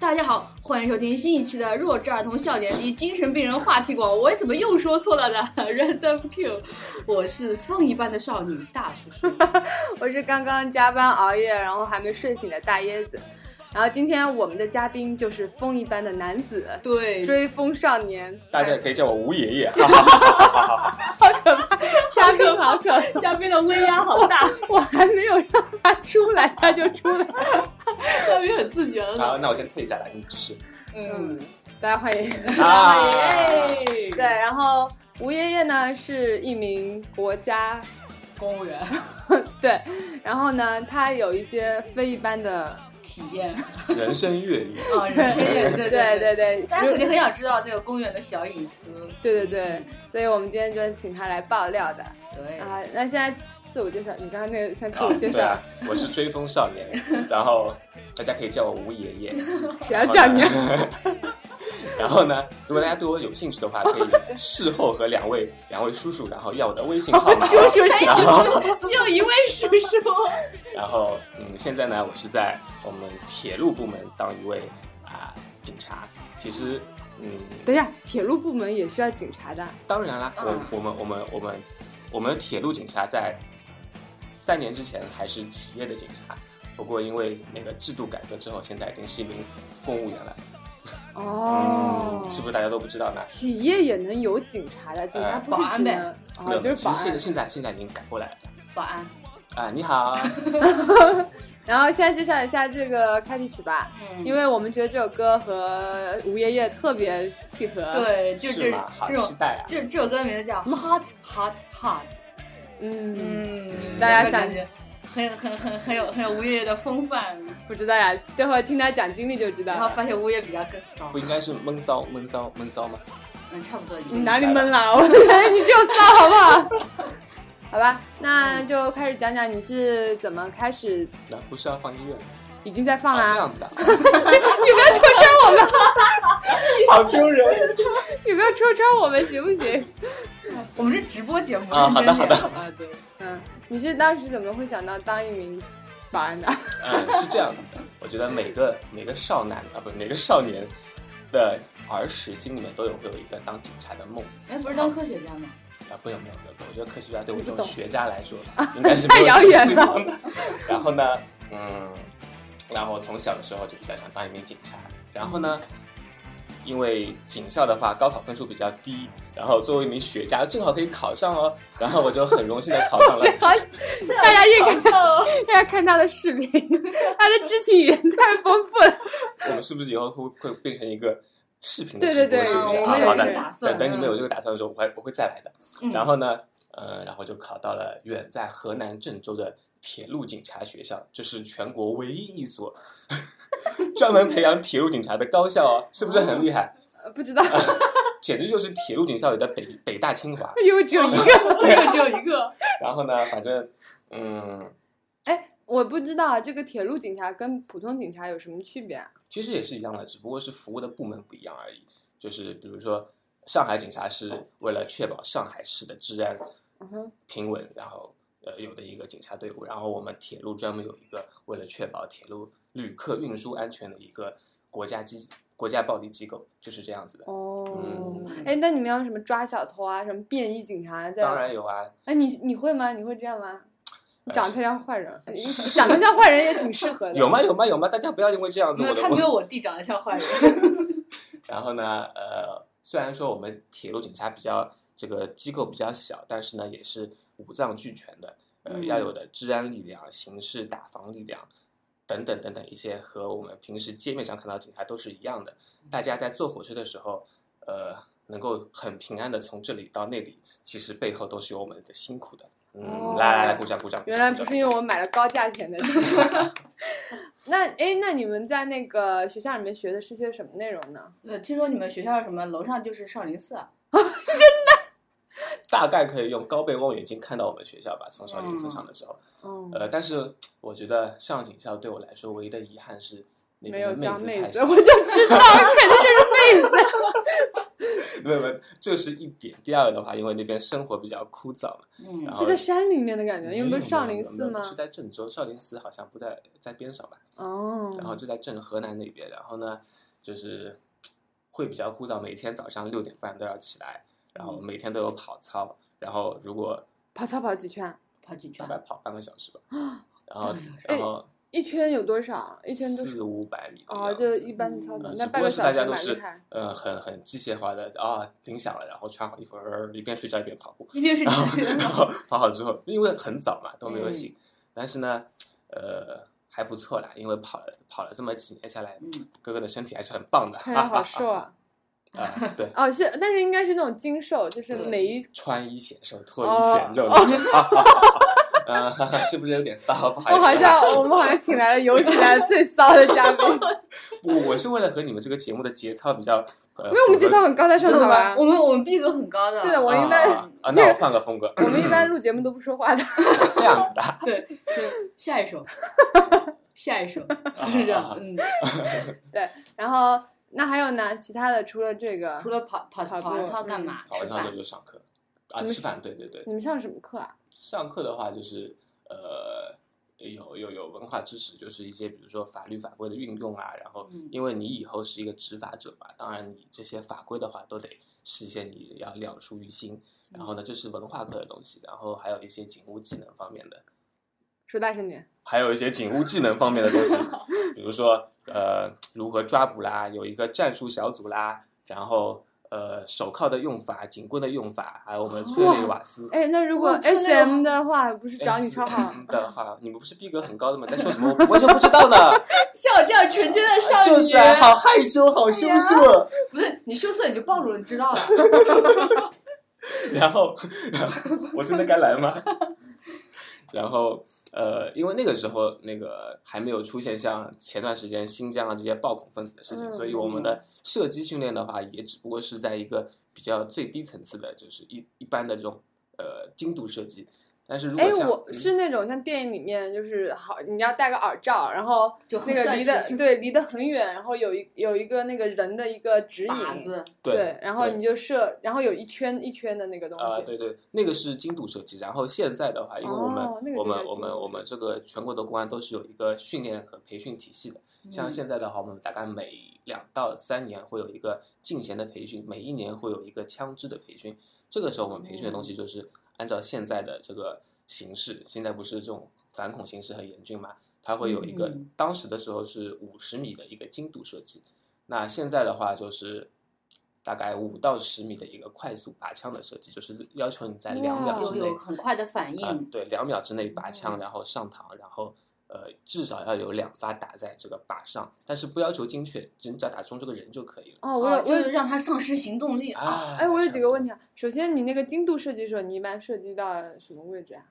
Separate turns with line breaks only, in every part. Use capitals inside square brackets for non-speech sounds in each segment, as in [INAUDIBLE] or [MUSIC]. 大家好，欢迎收听新一期的弱智儿童笑点低精神病人话题广。我怎么又说错了呢 [LAUGHS] ？Random Q，我是风一般的少女大叔叔。
我是刚刚加班熬夜，然后还没睡醒的大椰子。然后今天我们的嘉宾就是风一般的男子，
对，
追风少年，
大家也可以叫我吴爷
[LAUGHS]
爷。
好可怕！嘉宾好可怕！
嘉宾的威压好大，
我还没有让他出来，他就出
[LAUGHS]
来了。
嘉宾很自觉的
好，
呢。
那我先退下来，你继续。
嗯，
[LAUGHS] 大家欢迎。
啊，
耶
对，然后吴爷爷呢是一名国家
公务员
对，然后呢他有一些非一般的，
体验
人生阅历，
哦
啊，人生阅历，对
对
对。
对对，
大家肯定很想知道这个公园的小隐私，
对对对，所以我们今天就请他来爆料的
对，
啊。那现在自我介绍，你刚刚那个先自
啊
我介
对
绍，
啊，我是追风少
[LAUGHS]
年，然后大家可以叫我吴爷爷。
谁要叫你啊？
[LAUGHS] 然后呢，如果大家对我有兴趣的话，可以事后和两位两位叔叔，然后要我的微信号码。
哦叔叔是
然后，
[LAUGHS] 只有一位叔叔，
然后，嗯，现在呢，我是在我们铁路部门当一位啊、警察。其实，嗯，
等一下，铁路部门也需要警察的。
当然啦，
嗯
我我们我们我们我们铁路警察在三年之前还是企业的警察，不过因为那个制度改革之后，现在已经是一名公务员了。
哦，
嗯，是不是大家都不知道呢？
企业也能有警察的，警察
呃
不是只
保
能
没
哦，
有，
就是
其
保
实现在
安。
现在现在已经改过来了。
保安，
啊，
[LAUGHS]
你好，
然后现在介绍一下这个开题曲吧，
嗯
因为我们觉得这首歌和吴爷爷特别契合。，
对，就这
是吗？好
这
期
种，
待啊！
这这首歌名字叫 Hot Hot Hot，
嗯，
嗯，
大家
感
想
觉很很很很有很有吴越的风范，
不知道呀，待会儿听他讲经历就知道
然后
了。
发现吴越比较更骚
不，应该是闷骚闷骚闷骚吗？
嗯，差不多
你
一样。
哪里
[LAUGHS]
闷了？我 [LAUGHS] 觉得你只有骚好不好？好吧，那就开始讲讲你是怎么开始，
那不是要放音乐吗？
已经在放
啊，这
啦、[LAUGHS]
样子的，
你不要戳穿我们，
[LAUGHS] 好丢人。
你不要戳穿我们行不行？
我们是直播节目，
啊好的
认真点啊，对，
嗯，你是当时怎么会想到当一名保安的？
嗯，是这样子的，我觉得每个每个少男啊，不，每个少年的儿时心里面都有会有一个当警察的梦
哎，不是当科学家吗？
啊，不有没有没有，我觉得科学家对我
你不
这种
懂
学渣来
[LAUGHS]
说，应该是没有
太遥
什么
远
希
了
望的。然后呢，嗯，然后从小的时候就比较想当一名警察，然后呢。因为警校的话，高考分数比较低，然后作为一名学渣，正好可以考上哦。然后我就很荣幸的考上
[LAUGHS]
了
最好大家应该
笑哦，
大家看他的视频， [LAUGHS] 他的肢体语言太丰富了。
我们是不是以后会会变成一个视频的
对
直
对
播
对
是不是
嗯
啊
我们有
好
这个
的
打算
等等你们
嗯
有这个打算的时候，我会我会再来的。
嗯
然后呢，呃，然后就考到了远在河南郑州的铁路警察学校，这是全国唯一一所 [LAUGHS] 专门培养铁路警察的高校哦，是不是很厉害？ [LAUGHS]
呃不知道， [LAUGHS]
简直就是铁路警校里的北北大清华。
因为只有
[LAUGHS]
一 [LAUGHS] 个。
这个只有一个，
然后呢，反正嗯，
哎，我不知道啊，这个铁路警察跟普通警察有什么区别啊？
其实也是一样的，只不过是服务的部门不一样而已。就是比如说，上海警察是为了确保上海市的治安
嗯哼，
平稳，然后呃有的一个警察队伍，然后我们铁路专门有一个为了确保铁路旅客运输安全的一个国家机国家暴力机构，就是这样子的。
哦
嗯，
哎，那你们要什么抓小偷啊，什么便衣警察在？
当然有啊，
哎，你你会吗？你会这样吗？你长得太像坏
[LAUGHS]
人，你长得像坏人也挺适合的。
有吗？有吗？有吗？大家不要因为这样子
没
我
有，
的
他没
我。
有我弟长得像坏
[LAUGHS]
人，
然后呢，呃，虽然说我们铁路警察比较这个机构比较小，但是呢也是五脏俱全的，呃，
嗯
要有的治安力量、刑事打防力量。等等等等一些和我们平时街面上看到的警察都是一样的，大家在坐火车的时候，呃，能够很平安的从这里到那里，其实背后都是有我们的辛苦的。嗯，
哦
来来来，鼓掌鼓掌。
原来
鼓
不
掌
是因为我买了高价钱的 [LAUGHS] 警察。那哎，那你们在那个学校里面学的是些什么内容呢？
呃，听说你们学校什么楼上就是少林寺啊，
大概可以用高倍望远镜看到我们学校吧，从少
嗯
林寺上的时候。
哦，
呃，但是我觉得上警校对我来说唯一的遗憾是那
没
边
有
的
叫
妹
妹
太
子，
少
我。就知道，肯定就是妹子。
没有没有，这是一点。第二个的话，因为那边生活比较枯燥嘛，
嗯
然后
是在山里面的感觉，因为不
没有
是少
没有
林
没有
寺
没有
吗？
是在郑州，少林寺好像不在在边上吧？
哦，
然后就在郑河南那边，然后呢，就是会比较枯燥，每天早上六点半都要起来，然
嗯
后每天都有跑操，然后如果
跑操跑几圈？
跑几圈
大，概跑半个小时吧，然后
哎
然后
一圈有多少？一圈多少？
四五百米的
哦，
样
就
子
一般操场，
呃
那
只不
半
过
个
是
小
大家
时
都
蛮厉
是
害。
呃很很机械化的啊，铃响了，然后穿好衣服，呃一边睡觉一边跑
[LAUGHS]
步，
一边
[LAUGHS]
是
然后然后跑好之后，因为很早嘛都没有
嗯
醒，但是呢，呃还不错啦，因为跑了跑了这么几年下来，
嗯
哥哥的身体还是很棒的，
看着好瘦
[LAUGHS]
啊！
啊，
[LAUGHS]
对，
哦，是，但是应该是那种精瘦，就是
嗯
每一
穿衣显瘦，脱
哦
衣显肉。 [LAUGHS] 嗯，哈哈，是不是有点骚？ [LAUGHS] 不好意
我
思
好
啊，
像我们好像请来了有史以来最骚的嘉
[LAUGHS]
宾，因
不，我是为了和你们这个节目的节操比较，呃，因
为我们节操很高大上的
[LAUGHS]
吧
我？们我们逼格很高的，
啊对的，我
啊
一般
啊啊，那我换个风
[CLEARS THROAT]
格，
我们一般录节目都不说话的。
[COUGHS]
[LAUGHS]
这样子的啊
对对，下一首，下一首，是这
啊
样，，嗯，
对，然后那还有呢？其他的除了这个
除，了跑跑
跑
跑完
步嗯
操干嘛？
跑
吃
完上
饭，
课
嗯
就上课啊，
你们
吃饭，对对对，
你们上什么课啊？
上课的话就是呃，有有有文化知识，就是一些比如说法律法规的运用啊，然后
嗯
因为你以后是一个执法者嘛，当然你这些法规的话都得事先你要了熟于心。然后呢，这是文化课的东西，然后还有一些警务技能方面的，
说大声点。
还有一些警务技能方面的东
[LAUGHS]
西，比如说呃如何抓捕啦，有一个战术小组啦，然后。呃，手铐的用法、警棍的用法，还有我们催泪瓦斯，哎嗯
哎，那如果
哇真的呀
SM 的话，不是找你超好？
的话，你们不是逼格很高的吗？在说什么？我完全不知道呢。
[LAUGHS]
笑这样纯真的少女，
就是啊，好害羞，好
哎
羞涩。
不是你羞涩你就暴露，你知道了。
[LAUGHS] 然后，然后我真的该来吗？ [LAUGHS] 然后，呃，因为那个时候那个还没有出现像前段时间新疆啊这些暴恐分子的事情，
嗯
所以我们的射击训练的话，也只不过是在一个比较最低层次的，就是一一般的这种呃精度射击。但是如果
哎，
像
我
嗯
是那种像电影里面，就是好，你要戴个耳罩，然后
就
那
很
个
帅
离
气
得对离得很远，然后有一有一个那个人的一个指
靶
引，
子，
对，
然后
对
你就射，然后有一圈一圈的那个东
啊、
呃
西。
对对，那个是精度射击。然后现在的话，因为我们、
哦那个
我
就
们
叫
我
精
们
度
我们这个全国的公安都是有一个训练和培训体系的。
嗯
像现在的话，我们大概每两到三年会有一个进贤的培训，每一年会有一个枪支的培训。这个时候我们培训的东
哦
西就是按照现在的这个形势，现在不是这种反恐形势很严峻嘛，它会有一个、
嗯
当时的时候是五十米的一个精度射击，那现在的话就是。大概五到十米的一个快速拔枪的射击，就是要求你在两秒
哇
之
有
内
有很快的反
啊，
应，嗯
对，两秒之内拔枪，然后上膛，然后呃，至少要有两发打在这个靶上，但是不要求精确，只只要打中这个人就可以了。
哦，我有
哦，
我
就
有
是让他丧失行动力啊。
啊，
哎，我有几个问
题。
题啊。首先，你那个精度射击的时候，你一般射击到什么位置啊？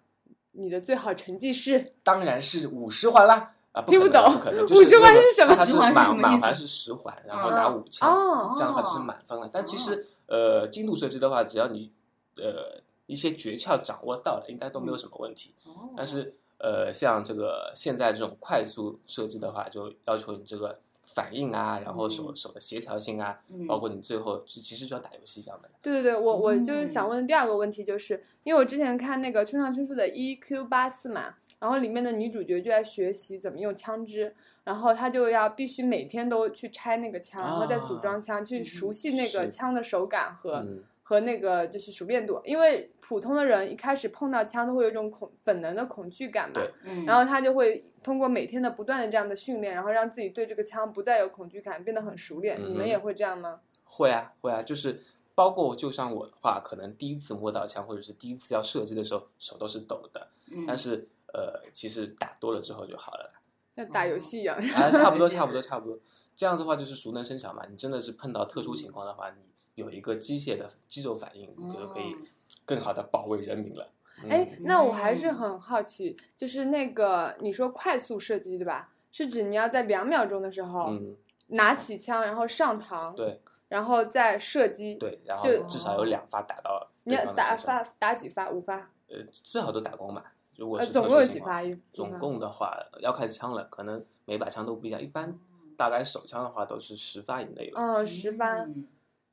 你的最好成绩是
当然是五十环啦。啊，不
听
可
不
能
懂
不可能，
五
就是
十
那
环
个
是什么
它
十
是
环是什
满
么
满
意
环
思
是十环，然后打
啊
五枪，
哦，
这样的话就是满分了。但其实，呃，精度射击的话，只要你呃一些诀窍掌握到了，应该都没有什么问题。
嗯
哦
但是呃，像这个现在这种快速设计的话，就要求你这个反应啊，然后手、
嗯
手的协调性啊，
嗯
包括你最后其实就像打游戏一样的。
对对对，我我就是想
嗯
问的第二个问题，就是、因为我之前看那个村上春树的《E.Q. 八四》嘛，然后里面的女主角就在学习怎么用枪支，然后她就要必须每天都去拆那个枪，然后再组
啊
装枪，去
嗯
熟悉那个
是
枪的手感和、
嗯，
和那个就是熟练度，因为普通的人一开始碰到枪都会有一种恐本能的恐惧感嘛
对，
嗯
然后他就会通过每天的不断的这样的训练，然后让自己对这个枪不再有恐惧感，变得很熟练。你
嗯
们
哼
也会这样吗？
会啊会啊，就是包括就像我的话，可能第一次摸到枪或者是第一次要射击的时候，手都是抖的，但
嗯
是呃，其实打多了之后就好
[LAUGHS]
了。
像打游戏一样，
啊，差不多，差不多，差不多。这样的话就是熟能生巧嘛。你真的是碰到特殊情况的话，你有一个机械的肌肉反应，你就可以
嗯
更好的保卫人民了。嗯
哦哎，那我还是
嗯
很好奇，就是那个你说快速射击对吧？是指你要在两秒钟的时候、
嗯，
拿起枪，然后上膛，
对
然后再射击。，
对，然后
就
至少有两发打到
你
对
要
方的
打
身上
发打几发？五发？
呃，最好都打光嘛。如果
呃，
是
总
特
共
殊
有
情
几
况
发？一
总
发
共的话要看枪了，可能
哦
每把枪都不一样。一般大概手枪的话都是十发以内吧。
嗯，十发。
嗯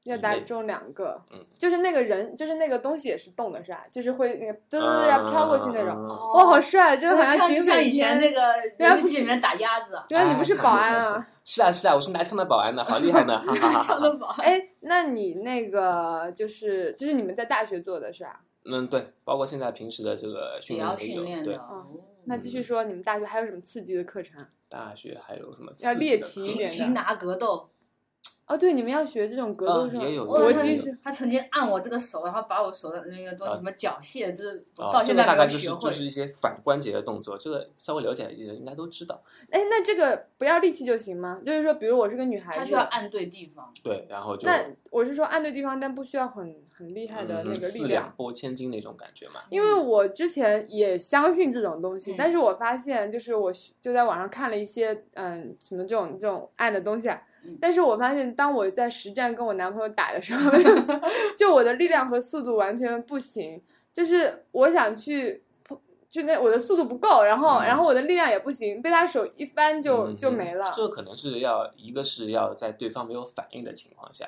要打中两个，
嗯
就是那个人，就是那个东西也是动的，是吧？就是会
啊
那个滋要飘过去那种，
种。
哇，好帅，就好
像
警
像
匪
以前
片
那个
[LAUGHS] 原来
游
不
戏里面打鸭子，
原来你不是保安
[LAUGHS]
啊？
是啊是啊，我是拿枪的保安呢，好厉
[LAUGHS]
害呢，哈哈
[LAUGHS]
哈
敲
哈。
了吧？
哎，那你那个就是就是你们在大学做的是吧？
嗯，对，包括现在平时的这个训
也
练
要
也
训练
有。
的
对，
哦，
那继续
嗯
说，你们大学还有什么刺激的课程？啊
大学还有什么
要
刺
猎
激的
奇
课
擒
一 [LAUGHS]
程
点
擒拿格斗，
哦，对，你们要学这种格斗
啊
是吧？
也有
搏
也
击
有
是
他曾经按我这个手，然后把我手的那个东西
啊
什么缴械，就是我
哦
到
这
现
个
在
大
没
概
有
就是
学会
就。是一些反关节的动作，这个稍微了解一些人应该都知道。
哎，那这个不要力气就行吗？就是说，比如我是个女孩
他需
子
要，按对地方，
对，然后就
那我是说按对地方，但不需要很很厉害的
嗯
那个力
四
量
两。拨千斤那种感觉嘛。
因为我之前也相信这种东西，
嗯
但是我发现就是我学就在网上看了一些嗯什么这种这种暗的东西啊
嗯，
但是我发现当我在实战跟我男朋友打的时候， [LAUGHS] 就我的力量和速度完全不行，就是我想去。就那我的速度不够，然后、
嗯
然后我的力量也不行，被他手一翻就、
嗯
就
嗯
没了。
这个可能是要一个是要在对方没有反应的情况下，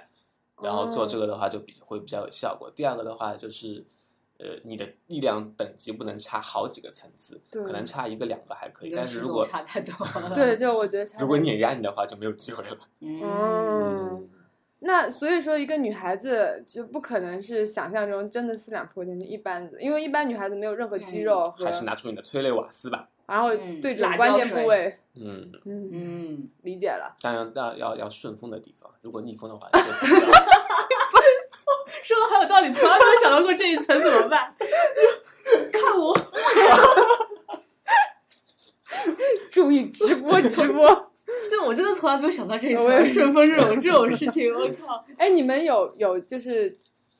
然后做
哦嗯
这个的话就比会比较有效果。第二个的话就是，呃，你的力量等级不能差好几个层次，
对
可能差一个两个还可以，
跟
但是
徐
如
总
果
差 [LAUGHS] 太多了。
对，就我觉得差
如果
点
碾压你的话就没有机会了。
嗯，
嗯，，那所以说，一个女孩子就不可能是想象中真的四两拨千斤一般的，因为一般女孩子没有任何肌肉和，
嗯还是拿出你的催泪瓦斯吧。
然后
嗯
对准
辣
关
椒
键部
水
位，
嗯，
嗯，
嗯，
理解了。
当然要要要顺风的地方，如果逆风的话就走不了
说的好有道理，从来没有想到过这一层怎么办？ [LAUGHS] 看我，
注意直播直播， [LAUGHS]
这我真的从来没有想到这一
我也
层
是
顺风这种这种事情，我
[LAUGHS]
靠！
哎，你们有有就是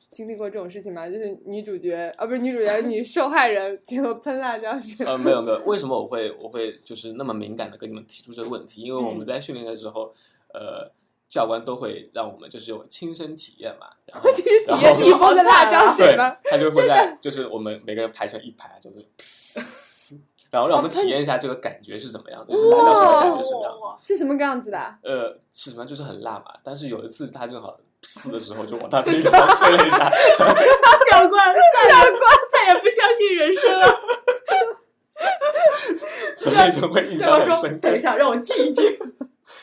经历过这种事情吗？就是女主角啊，不是女主角，女受害人结果喷辣
[LAUGHS]
椒水，
呃，没有没有，为什么我会我会就是那么敏感的跟你们提出这个问题？因为我
嗯
们在训练的时候，呃，教官都会让我们就是有亲身体验嘛，
[LAUGHS]
然后
其实体
然
验
后
以后的辣椒
对
水吗？，
他就会在就是我们每个人排成一排，就是， [LAUGHS] 然后让我们体验一下这个感觉是怎么样，就是辣椒水的感觉是什么
哦
样子。
是什么样子的啊？
呃，是什么样就是很辣嘛，但是有一次他正好呲的时候，就往他自己头上吹了一
[LAUGHS]
下，
教官，教官再也不相信人生
[LAUGHS]
了。
所以就会印
教 [LAUGHS] 官
象很
说
深：“刻
等一。下，让我静一静。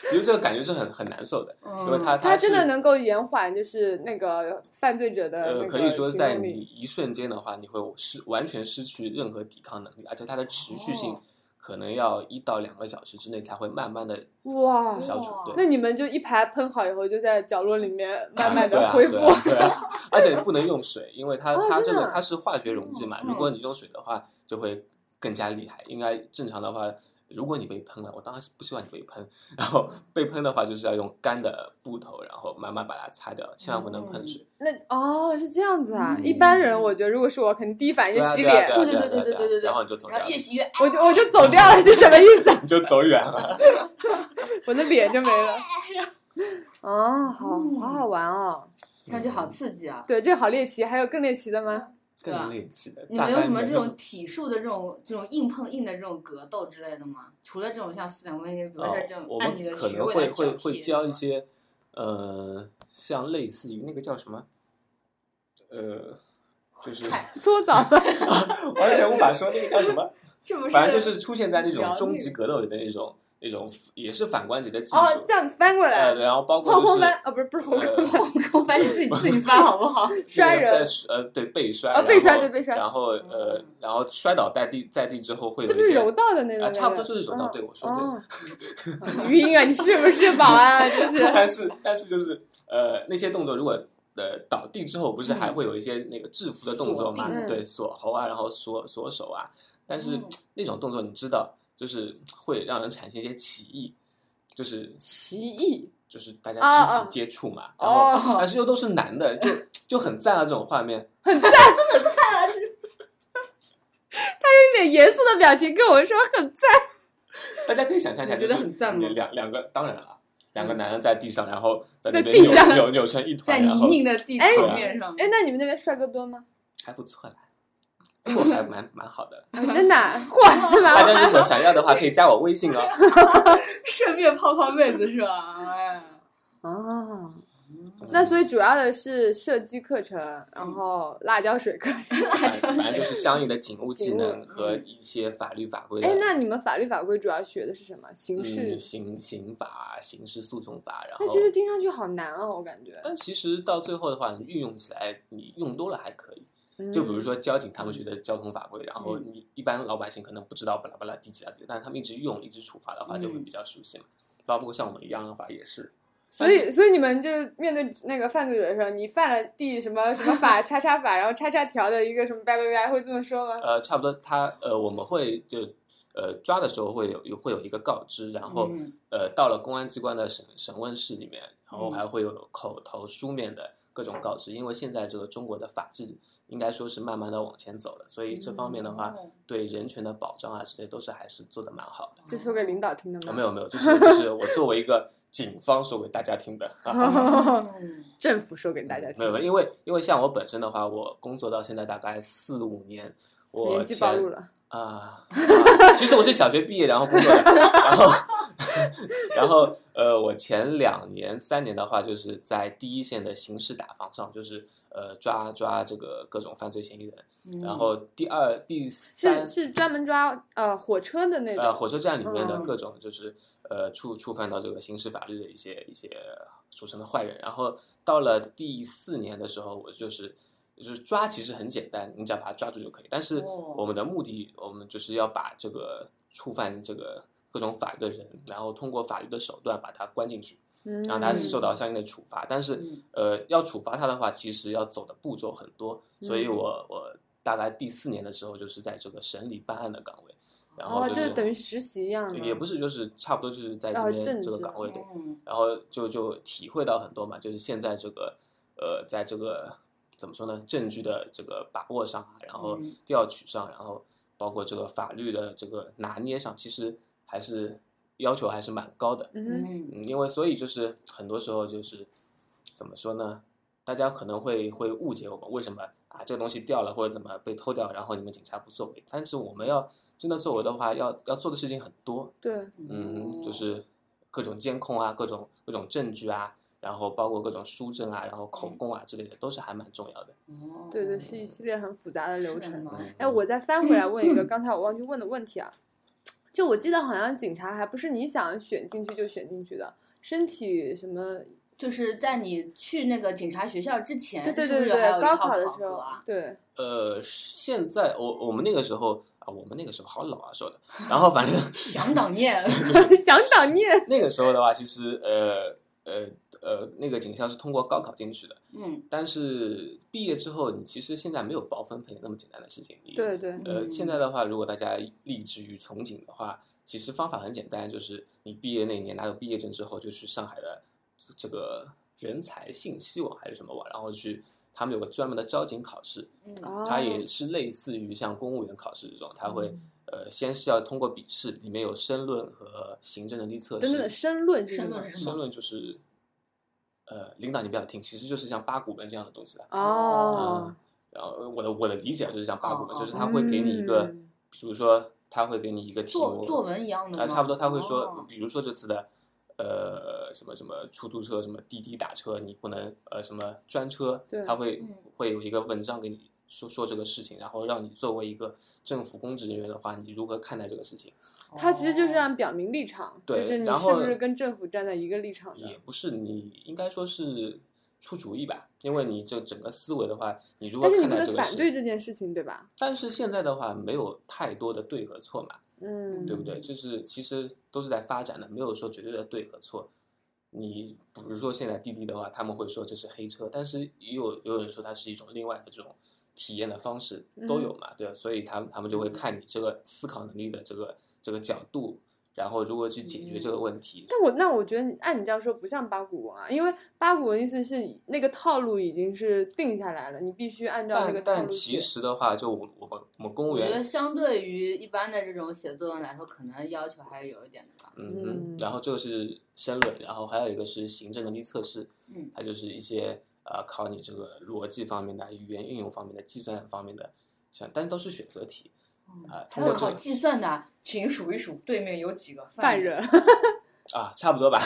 其实这个感觉是很很难受的，”
嗯
因为他
它
是
真的能够延缓就是那个犯罪者的那
呃，
个
可以说
行
在
动
你
力
一瞬间的话，你会失完全失去任何抵抗能力，而且它的持续性
哦
可能要一到两个小时之内才会慢慢的
哇，
消除
哇。
对，
那你们就一排喷好以后，就在角落里面慢慢
对
的
啊，
恢复。
对啊，对啊 [LAUGHS] 而且不能用水，因为它
哦
它
真
这
的
个
啊
它是化学溶剂嘛，
嗯
如果你用水的话，就会更加厉害。应该正常的话，如果你被喷了，我当然是不希望你被喷。然后被喷的话，就是要用干的布头，然后慢慢把它擦掉，千万不能喷水。
[LAUGHS] 那哦，是这样子啊！
嗯
一般人我觉得，如果是我，肯定第一反应
对
就
啊
洗
对啊
脸，
对啊
对对对
啊
对
啊
对对对
然后你就走
然
掉
后
了嗯
越，洗越爱，
我就我就走掉了，是什么意思？ [LAUGHS]
你就走远了。
我的脸就没了。哦，好
嗯
好好玩哦！
看上去好刺激啊！
对，这好猎奇，还有更猎奇的吗？
对啊
更猎奇的。
你
大
们有
概
什么
能
这
用
种体术的这种这种硬碰硬的这种格斗之类的吗？除了这种像四两拨千斤，比如
哦
说这种
我
按你
们
的
可
穴
能
位
会
来
会
缴
会
械，
教一些，呃，像类似于那个叫什么，呃，就是 [LAUGHS]
菜
搓澡
嗯
的，
完全无法说那个叫什么，
这不是
[LAUGHS] 反正就是出现在那
疗
种
愈
终极格斗里的那种那种也是反关节的技术，
哦，这样翻过
呃，
来，
然后包括
后
就
空
是
翻啊，不是不是后空
呃
后空翻是自己自己翻好不
[LAUGHS]
好？
摔
那
人
个在呃对背摔，
哦
啊
然
背摔
后
对背摔
然后呃
嗯
然后摔倒在地在地之后会有
这不
一
是
些
柔道的那种
啊
感觉？
差不多就是柔道，对我说对了
哦， [LAUGHS] 哦余音啊，你是不是保安啊？
[LAUGHS]
真是。
但是但是就是呃那些动作如果呃倒地之后，不是还会有一些那个制服的动作嘛？
嗯
对，锁喉啊，然后锁锁手啊。但是
嗯
那种动作你知道，就是会让人产生一些歧义，就是
奇异
就是大家
啊
肢
啊
体接触嘛。然后、
哦，
但是又都是男的，就就很赞啊这种画面。
一脸严肃的表情跟我说很赞，
大家可以想象一下，
你觉得
就是
很赞哦嗯吗
两两个当然了，啊两个男人在地上，然后在
在
那边
地
扭
上
扭扭成一团，
在
然
泥
后
泞的地
哎
表面上
哎，那你们那边帅哥多
[LAUGHS]
吗？
还不错啦，我还蛮蛮好的。
啊、真的、
[LAUGHS]
啊，嚯，
大
蛮好
家如果想要的话，可以加我微信哦。
[LAUGHS] 顺便泡泡妹子是吧？哎呀，
啊！那所以主要的是射击课程，
嗯
然后辣椒水课程。
辣椒
反正就
水。
是相应的警务技
警务
能和一些法律法规的。
哎，那你们法律法规主要学的是什么？刑事？
啊嗯，刑刑法、刑事诉讼法，然后
那其实听上去好难哦，我感觉。
但其实到最后的话，你运用起来，你用多了还可以。就
嗯
比如说交警他们学的交通法规，然后你一般老百姓可能不知道巴拉巴拉第几啊几，但是他们一直用、一直处罚的话，就会比较熟悉嘛。包括像我们一样的话也是，
所以，所以你们就是面对那个犯罪者的时候，你犯了第什么什么法叉叉法，然后叉叉条的一个什么叭叭叭，会这么说吗？
呃，差不多他呃，我们会就呃抓的时候会有有会有一个告知，然后、
嗯
呃到了公安机关的审审问室里面，然后
嗯
还会有口头书面的各种告知，因为现在这个中国的法治应该说是慢慢的往前走了，所以这方面的
嗯
话，
哦
对人权的保障啊之类都是还是做的蛮好的。
这说给领导听的吗？
啊，没有没有，就是就是我作为一个警方说给大家听的。啊
嗯
政府 [LAUGHS] 说给大家
嗯没有，
听
没。有，因为因为像我本身的话，我工作到现在大概四五年，我
年纪暴
前
露了，
啊、啊其实我是小学毕业，然后工作的，然后然后呃，我前两年三年的话，就是在第一线的刑事打防上，就是呃抓抓这个各种犯罪嫌疑人。
嗯
然后第二、第
是
三
是专门抓呃火车的那
呃
种，
火车站里面的
嗯
各种就是呃触触犯到这个刑事法律的一些一些俗称的坏人。然后到了第四年的时候，我就是。就是抓，其实很简单，你只要把他抓住就可以。但是
哦
我们的目的，我们就是要把这个触犯这个各种法律的人，然后通过法律的手段把他关进去，
嗯，
让他受到相应的处罚。但是
嗯，
呃，要处罚他的话，其实要走的步骤很多，所
嗯
以我我大概第四年的时候，就是在这个审理办案的岗位，然后
哦，
是
就等于实习一样的，
也不是就是差不多就是在
哦
这边
政
这个
治
岗位对，
嗯
然后就就体会到很多嘛，就是现在这个呃，在这个怎么说呢，证据的这个把握上啊，然后
嗯
调取上，然后包括这个法律的这个拿捏上，其实还是要求还是蛮高的。
嗯
嗯
嗯，因为所以就是很多时候就是怎么说呢？大家可能会会误解我们为什么啊这个东西掉了或者怎么被偷掉，然后你们警察不作为。但是我们要真的作为的话，要要做的事情很多，
对，
嗯，就
哦
是各种监控啊，各种各种证据啊，然后包括各种书证啊，然后口供啊之类的，都是还蛮重要的。
哦
对
嗯
对，是一系列很复杂的流
是的
程。
嘛
哎，我再翻回来问一个刚才我忘记问的问题啊，就我记得好像警察还不是你想选进去就选进去的，身体什么，
就是在你去那个警察学校之前，
对对
是不
对
是
对
还有
对，
一
高
套
考的
考
时
核
候
啊，
对，
呃，现在我我们那个时候啊，我们那个时候好老啊说的，然后反正
[LAUGHS]
想当年，
[LAUGHS]
想挡念，
那个时候的话，其实呃呃呃，那个警校是通过高考进去的，
嗯，
但是毕业之后，你其实现在没有包分配那么简单的事情。你
对对，
呃，
嗯
现在的话，如果大家立志于从警的话，其实方法很简单，就是你毕业那年拿到毕业证之后，就去上海的这这个人才信息网还是什么网，然后去他们有个专门的招警考试，
嗯
哦，嗯
它也是类似于像公务员考试这种，它会呃先是要通过笔试，里面有申论和行政能力测试。
等等，申论是
申
什么
论？是什
申论就是呃领导你不要听，其实就是像八股文这样的东西了。
哦
嗯，，然后呃我的我的理解就是像八股文，
哦
就是他会给你一个，
嗯
比如说他会给你一个题
作
目，
作文一样的吗？
啊，差不多他会说，
哦
比如说这次的，呃，什么什么出租车，什么滴滴打车，你不能呃什么专车
对，
他会
嗯
会有一个文章给你说说这个事情，然后让你作为一个政府公职人员的话，你如何看待这个事情？
他其实就是让表明立场，就
对
是你
然
是
后
不是跟政府站在一个立场
也
的？
不是你应该说是出主意吧，因为你这整个思维的话，你如果
但是你不
看待这
能
个
反对
事，
这件事情，对吧？
但是现在的话没有太多的对和错嘛，
嗯，
对不对？就是其实都是在发展的，没有说绝对的对和错。你比如说现在滴滴的话，他们会说这是黑车，但是也有也有人说它是一种另外的这种体验的方式，都
嗯
有嘛，对吧？所以他们他们就会看你这个思考能力的这个这个角度，然后如何去解决这个问题。
但我那我觉得你按你这样说不像八股文啊，因为八股文意思是那个套路已经是定下来了，你必须按照那个
但
套路
但
写
其。实的话，就我我们我们公务
我觉
员
得相对于一般的这种写作文来说，可能要求还是有一点的吧。
嗯
嗯
哼，然后这个是申论，然后还有一个是行政能力测试，
嗯
它就是一些呃考你这个逻辑方面的、语言运用方面的、计算方面的，像但是都是选择题
还
啊通
有
过这
考
个
计算的，啊请数一数对面有几个
犯人，
[LAUGHS]
啊，差不多吧。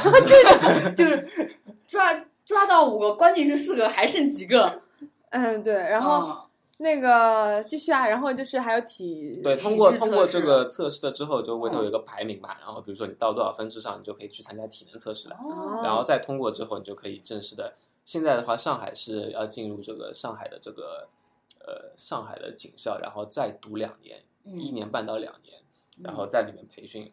就是抓抓到五个，关键是四个，还剩几个？
嗯，对，然后
嗯
那个继续啊，然后就是还有体
对，
体
通过
质
通
测
过
试
这个测试了之后，就回头
嗯
有一个排名嘛，然后比如说你到多少分之上，你就可以去参加体能测试了，
哦
然后再通过之后，你就可以正式的。现在的话，上海是要进入这个上海的这个呃上海的警校，然后再读两年，一
嗯，
年半到两年，然后在里面培训，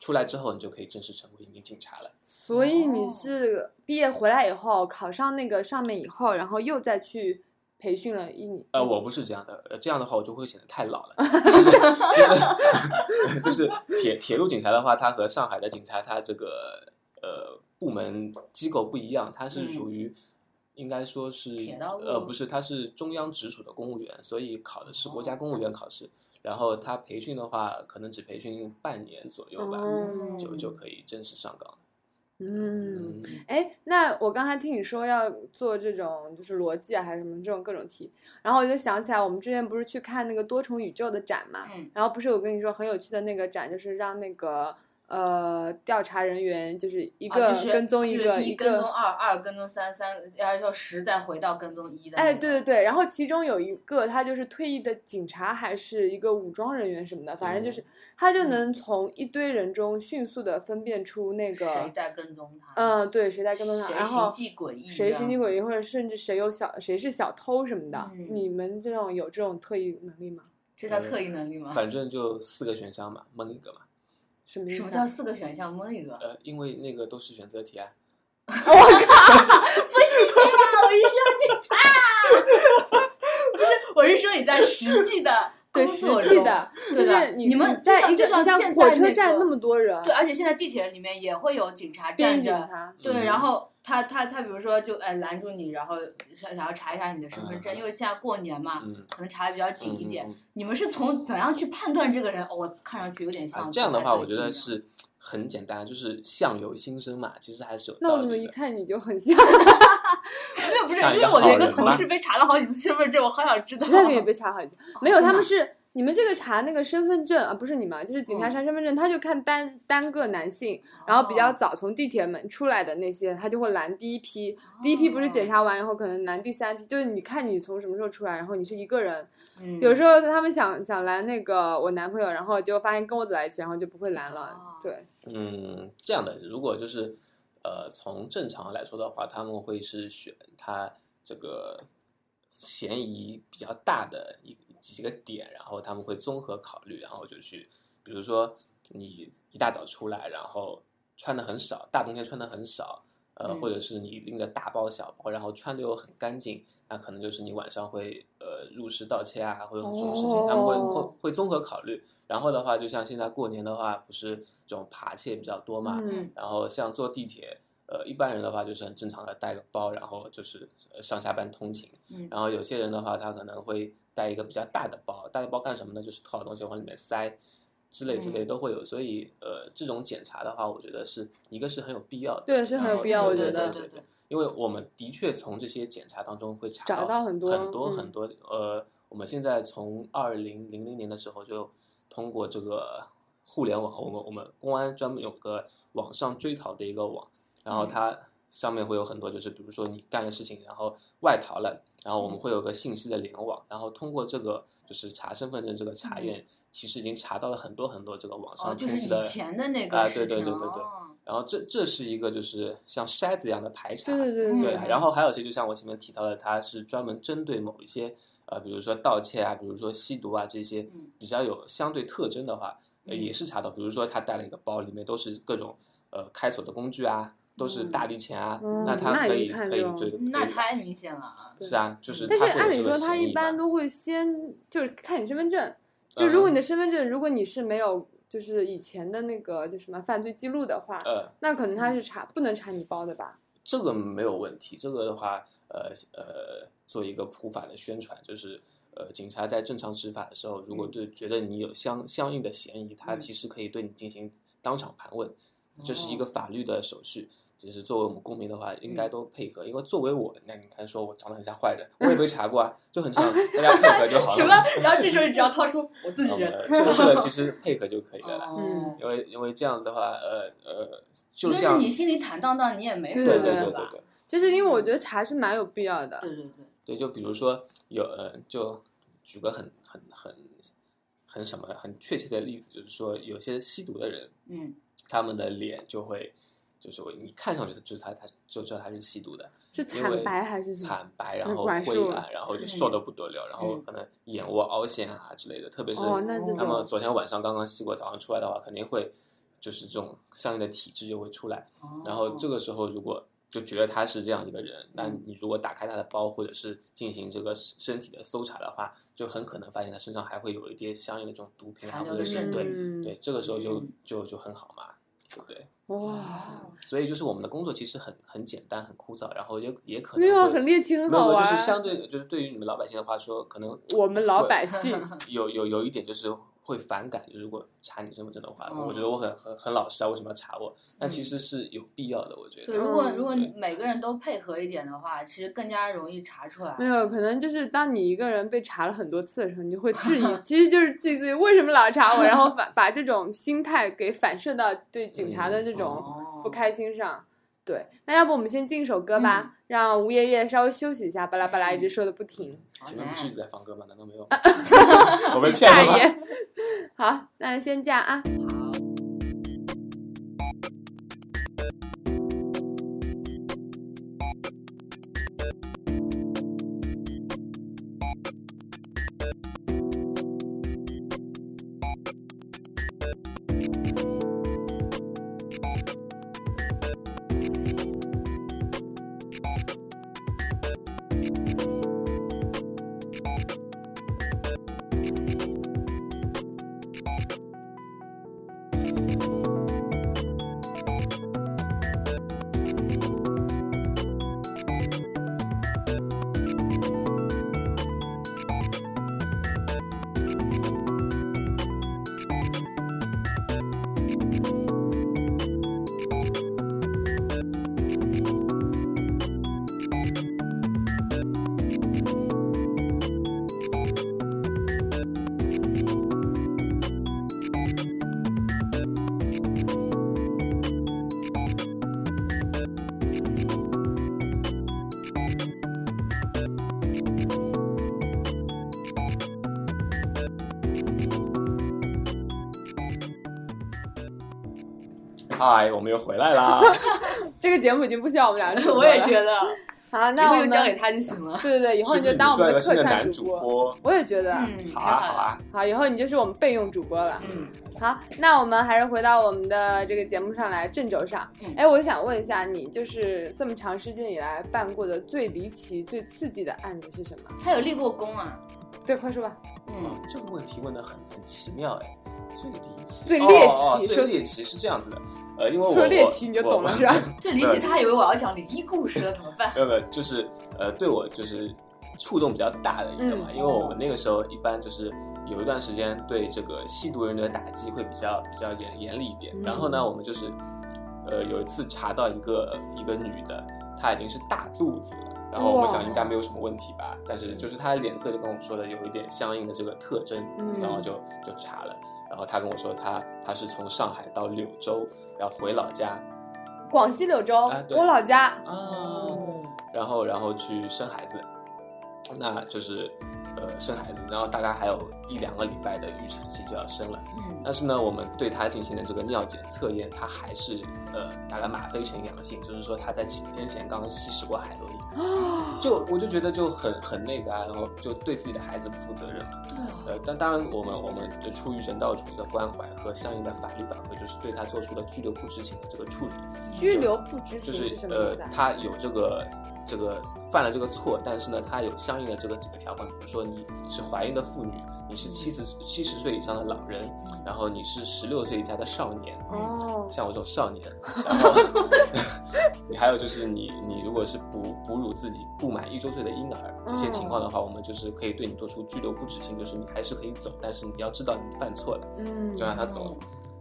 出来之后你就可以正式成为一名警察了。
所以你
哦
是毕业回来以后考上那个上面以后，然后又再去培训了一年。
嗯
呃，我不是这样的，呃这样的话我就会显得太老了。 [LAUGHS] 就是 [LAUGHS] 就是就是铁铁路警察的话，它和上海的警察它这个呃部门机构不一样，它是
嗯
属于、应该说是
铁道部
呃不是，它是中央直属的公务员，所以考的是国
哦
家公务员考试。然后它培训的话，可能只培训半年左右吧，
哦
嗯
就就可以正式上岗。
嗯，，哎，那我刚才听你说要做这种就是逻辑啊，还是什么这种各种题，然后我就想起来，我们之前不是去看那个多重宇宙的展嘛，
嗯
然后不是我跟你说很有趣的那个展，就是让那个呃调查人员就是一
一
个跟踪一个、
一跟
个
踪二，二跟踪三，三然后十再回到跟踪一的。
哎，对对，对，然后其中有一个他就是退役的警察，还是一个武装人员什么的，反正就是他就
嗯
能从一堆人中迅速的分辨出那
谁
个，
在跟踪他？
嗯，对，谁在跟踪他，
谁
然
行
后
迹诡异？啊
谁行迹
异？
诡异，或者甚至谁有小谁是小偷什么的
嗯，
你们这种有这种特异能力吗？
这叫特异能力吗？
反正就四个选项嘛，蒙一个嘛。
什么意
什
思
么
啊？
叫四个选项蒙一个？
呃，因为那个都是选择题啊。
我是说你在实际的工
对，实
作
际
中
的，就
对的
是你
你们
你在
就
一个
像就像
你像
现
火
在
车
那
站
个
那么多人，
对，而且现在地铁里面也会有警察站
边警
着。
察，
对，
嗯
然后他他他，比如说就哎拦住你，然后想想要查一查你的身份证，
嗯
因为现在过年嘛，
嗯，
可能查的比较紧
嗯
啊一点。
嗯嗯
你们是从怎样去判断这个人？哦，我看上去有点像、
啊，这样的话，我觉得
是。
是很简单，就是相由心生嘛，其实还是有
那我
道
怎么
理
一
的。
看你就
[LAUGHS]
很像？
没有，不是，
像
因
一
为
个
我的
好
一个
人
同
吗
事被查了好几次身份证，我好想知道
其。他人也被查好几次，没有，
真的
他们
啊
是你们这个查那个身份证啊，不是你们，就是警察
嗯
查身份证，他就看单单个男性，然后比
哦
较早从地铁门出来的那些，他就会拦第一批，第一批不是
哦
检查完以后可能拦第三批，就是你看你从什么时候出来，然后你是一个人，
嗯，
有时候他们想想拦那个我男朋友，然后结果发现跟我走在一起，然后就不会拦了
哦，
对，
嗯，这样的，如果就是呃，从正常来说的话，他们会是选他这个嫌疑比较大的一几个点，然后他们会综合考虑，然后就去，比如说你一大早出来，然后穿的很少，大冬天穿的很少。呃，
嗯
或者是你拎着大包小包，然后穿的又很干净，那可能就是你晚上会呃入室盗窃啊，或者这种事情，他们会会
哦
会综合考虑。然后的话，就像现在过年的话，不是这种扒窃比较多嘛，
嗯，
然后像坐地铁，呃，一般人的话就是很正常的带个包，然后就是呃上下班通勤。
嗯
然后有些人的话，他可能会带一个比较大的包，大的包干什么呢？就是偷好东西往里面塞。之类
嗯
之类都会有，所以呃，这种检查的话，我觉得是一个是很有必要的，
对是很有必要
对
我觉
对
得
对对对，
哦
因为我们的确从这些检查当中会查
找到
到
很
很
多
很多
嗯
很多、呃，我们现在从二零零零年的时候就通过这个互联网，我们我们公安专门有个网上追逃的一个网，然后
嗯
它上面会有很多就是比如说你干了事情，然后外逃了，然后我
嗯
们会有个信息的联网，然后通过这个就是查身份证这个查验，其实已经查到了很多很多这个网
嗯哦，
上
就
通
是
缉
以前的那个
啊对
事
对
情
对对对
哦
然后这这是一个就是像筛子一样的排查，
对对对
嗯
对，
嗯
然后还有些就像我前面提到的，它是专门针对某一些呃，比如说盗窃啊，比如说吸毒啊这些
嗯
比较有相对特征的话，呃
嗯
也是查到。比如说他带了一个包，里面都是各种呃开锁的工具啊，都是大力钱啊，
嗯
那他
那
可
一
以
看
可以
就
追，
那
可以
太明显了啊！ [LAUGHS]
是啊，就是
但
它
是
会有
按
这
理
个
说他
嫌
一
疑嘛
般都会先就是看你身份证，就如果
嗯
你的身份证，如果你是没有就是以前的那个就什么犯罪记录的话，
呃
那可能他是查不能查你包的吧？
这个没有问题，这个的话，呃呃，做一个普法的宣传，就是呃，警察在正常执法的时候，如果对觉得你有相相应的嫌疑，他
嗯
其实可以对你进行当场盘问，这是一
哦
个法律的手续。就是作为我们公民的话，应该
嗯
都配合，因为作为我，那你看说我长得很像坏人，我也被查过啊，就
[LAUGHS]
很像大家配合就好了。
什么？ [LAUGHS] 然后这时候你只要掏
[LAUGHS]
出哦嗯我自己人，
呃？这个这个
[LAUGHS]
其实配合就可以了啦，
哦，
因为因为这样子的话，呃呃，就
应该是
像
你心里坦荡荡，你也没什
对
么
对对
对
对
吧嗯
对，
就是因为我觉得
嗯
查是蛮有必要的。
对对对，
对，就比如说有呃，就举个很很很很什么很确切的例子，就是说有些吸毒的人，
嗯，
他们的脸就会，就是我你看上去就是他他就知道他是吸毒的，
是
因为
惨白还是什么？
惨白，然
那
后
管
灰啊
束
暗，然后就瘦的不得了，然后可能眼窝凹陷啊之类的，特别是
嗯哦，那这
他
种
们昨天晚上刚刚吸过，早上出来的话，肯定会就是这种相应的体质就会出来。
哦
然后这
个
个时候如果就觉得他是这样一个人，那
嗯
你如果打开他的包或者是进行这个身体的搜查的话，就很可能发现他身上还会有一些相应的这种毒品啊
残留
或者
的
是
剩
对
嗯
对，这个时候就
嗯
就就很好嘛，对不对？
哇，，
哦
所以就是我们的工作其实很很简单很枯燥，然后也也可能
没有啊
会
很猎奇，很
没
好
有，就
玩
是相
儿。
对就是对于你们老百姓的话说，可能
我们老百
[LAUGHS]
姓
[CLEARS THROAT] 有有有一点就是会反感，就是如果查你身份证的话，
嗯
我觉得
哦
我很很很老实啊，为什么要查我？但其实是有必要的，我觉
对，
得。
如果
嗯
如果你每个人都配合一点的话，其实更加容易查出来
没。有，可能就是当你一个人被查了很多次的时候，你就会质疑，其实就是质疑自己为什么老查我，然后反把这种心态给反射到对警察的这种
哦
不开心上。对，那要不我们先进一首歌吧，
嗯
让吴爷爷稍微休息一下，巴拉巴拉一直说的不停。
[LAUGHS]
前面不是一直在放歌吗？难道没有？ [LAUGHS] 我
我
被骗
啊大
了吗？
爷，好，那先这样啊。
好
嗨，我们又回来啦！
这个节目已经不需要我们
[LAUGHS]
俩主播了。
我也觉得，
好，
以
那
后
我
就
们
交给他就行
[LAUGHS]
了。
对对对，以后你就 [LAUGHS] 当我
是不
们
是
的
需
客
要一个新的
串
男
主
主
播。
播。
我也觉得，
嗯，
好啊好
了。
啊，
好，以后你就是我们备用主播了。
嗯，
好，那我们还是回到我们的这个节目上来，正轴上
嗯。
哎、我想问一下，你就是这么长时间以来办过的最离奇、最刺激的案子是什么？
他有立过功啊。
对，快说吧。
嗯，
这个问题问的很很奇妙哎，最离奇，
最
哦
猎
哦
奇
最
说
猎奇是这样子的，呃，因为我
说猎
我
奇你就
我
懂了是吧？
这离奇，他以为我要讲灵异故事了，怎么办？
没有没有，就是呃，对我就是触动比较大的一个嘛，
嗯
因为我们那个时候一般就是有一段时间对这个吸毒人的打击会比较比较严严厉一点。然后
嗯
呢，我们就是呃有一次查到一个一个女的，她已经是大肚子了，然后我
哇
们想应该没有什么问题吧，但是就是她的脸色就跟我们说的有一点相应的这个特征，
嗯
然后就就查了，然后她跟我说她她是从上海到柳州，然后回老家
广西柳州，
啊对
我老家。
啊。
哦
然后然后去生孩子，那就是呃生孩子，然后大概还有一两个礼拜的预产期就要生了。
嗯
但是呢，我们对他进行的这个尿检测验，他还是呃打了吗啡呈阳性，就是说他在七天前刚刚吸食过海洛因。
啊
就我就觉得就很很那个啊，然后就对自己的孩子不负责任嘛。
对啊，
呃，但当然我们我们就出于人道主义的关怀和相应的法律反馈，就是对他做出了拘留不执行的这个处理。
拘留不执
就
行
是
是什么
呃
意思啊，？
他有这个这个犯了这个错，但是呢，他有相应的这个几个条款，比如说你是怀孕的妇女，你是七
嗯
十七十岁以上的老人，然后你是十六岁以下的少年，
哦，
像我这种
[LAUGHS]
少年，然后 [LAUGHS] 你还有就是你你如果是哺哺乳自己不满一周岁的婴儿这些情况的话，
哦
我们就是可以对你做出拘留不执行，就是你还是可以走，但是你要知道你犯错了。
嗯，
就让他走。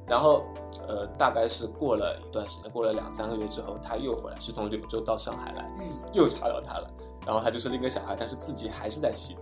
然后，呃，大概是过了一段时间，过了两三个月之后，他又回来，是从柳州到上海来，
嗯，
又查到他了。然后他就生了一个小孩，但是自己还是在吸毒。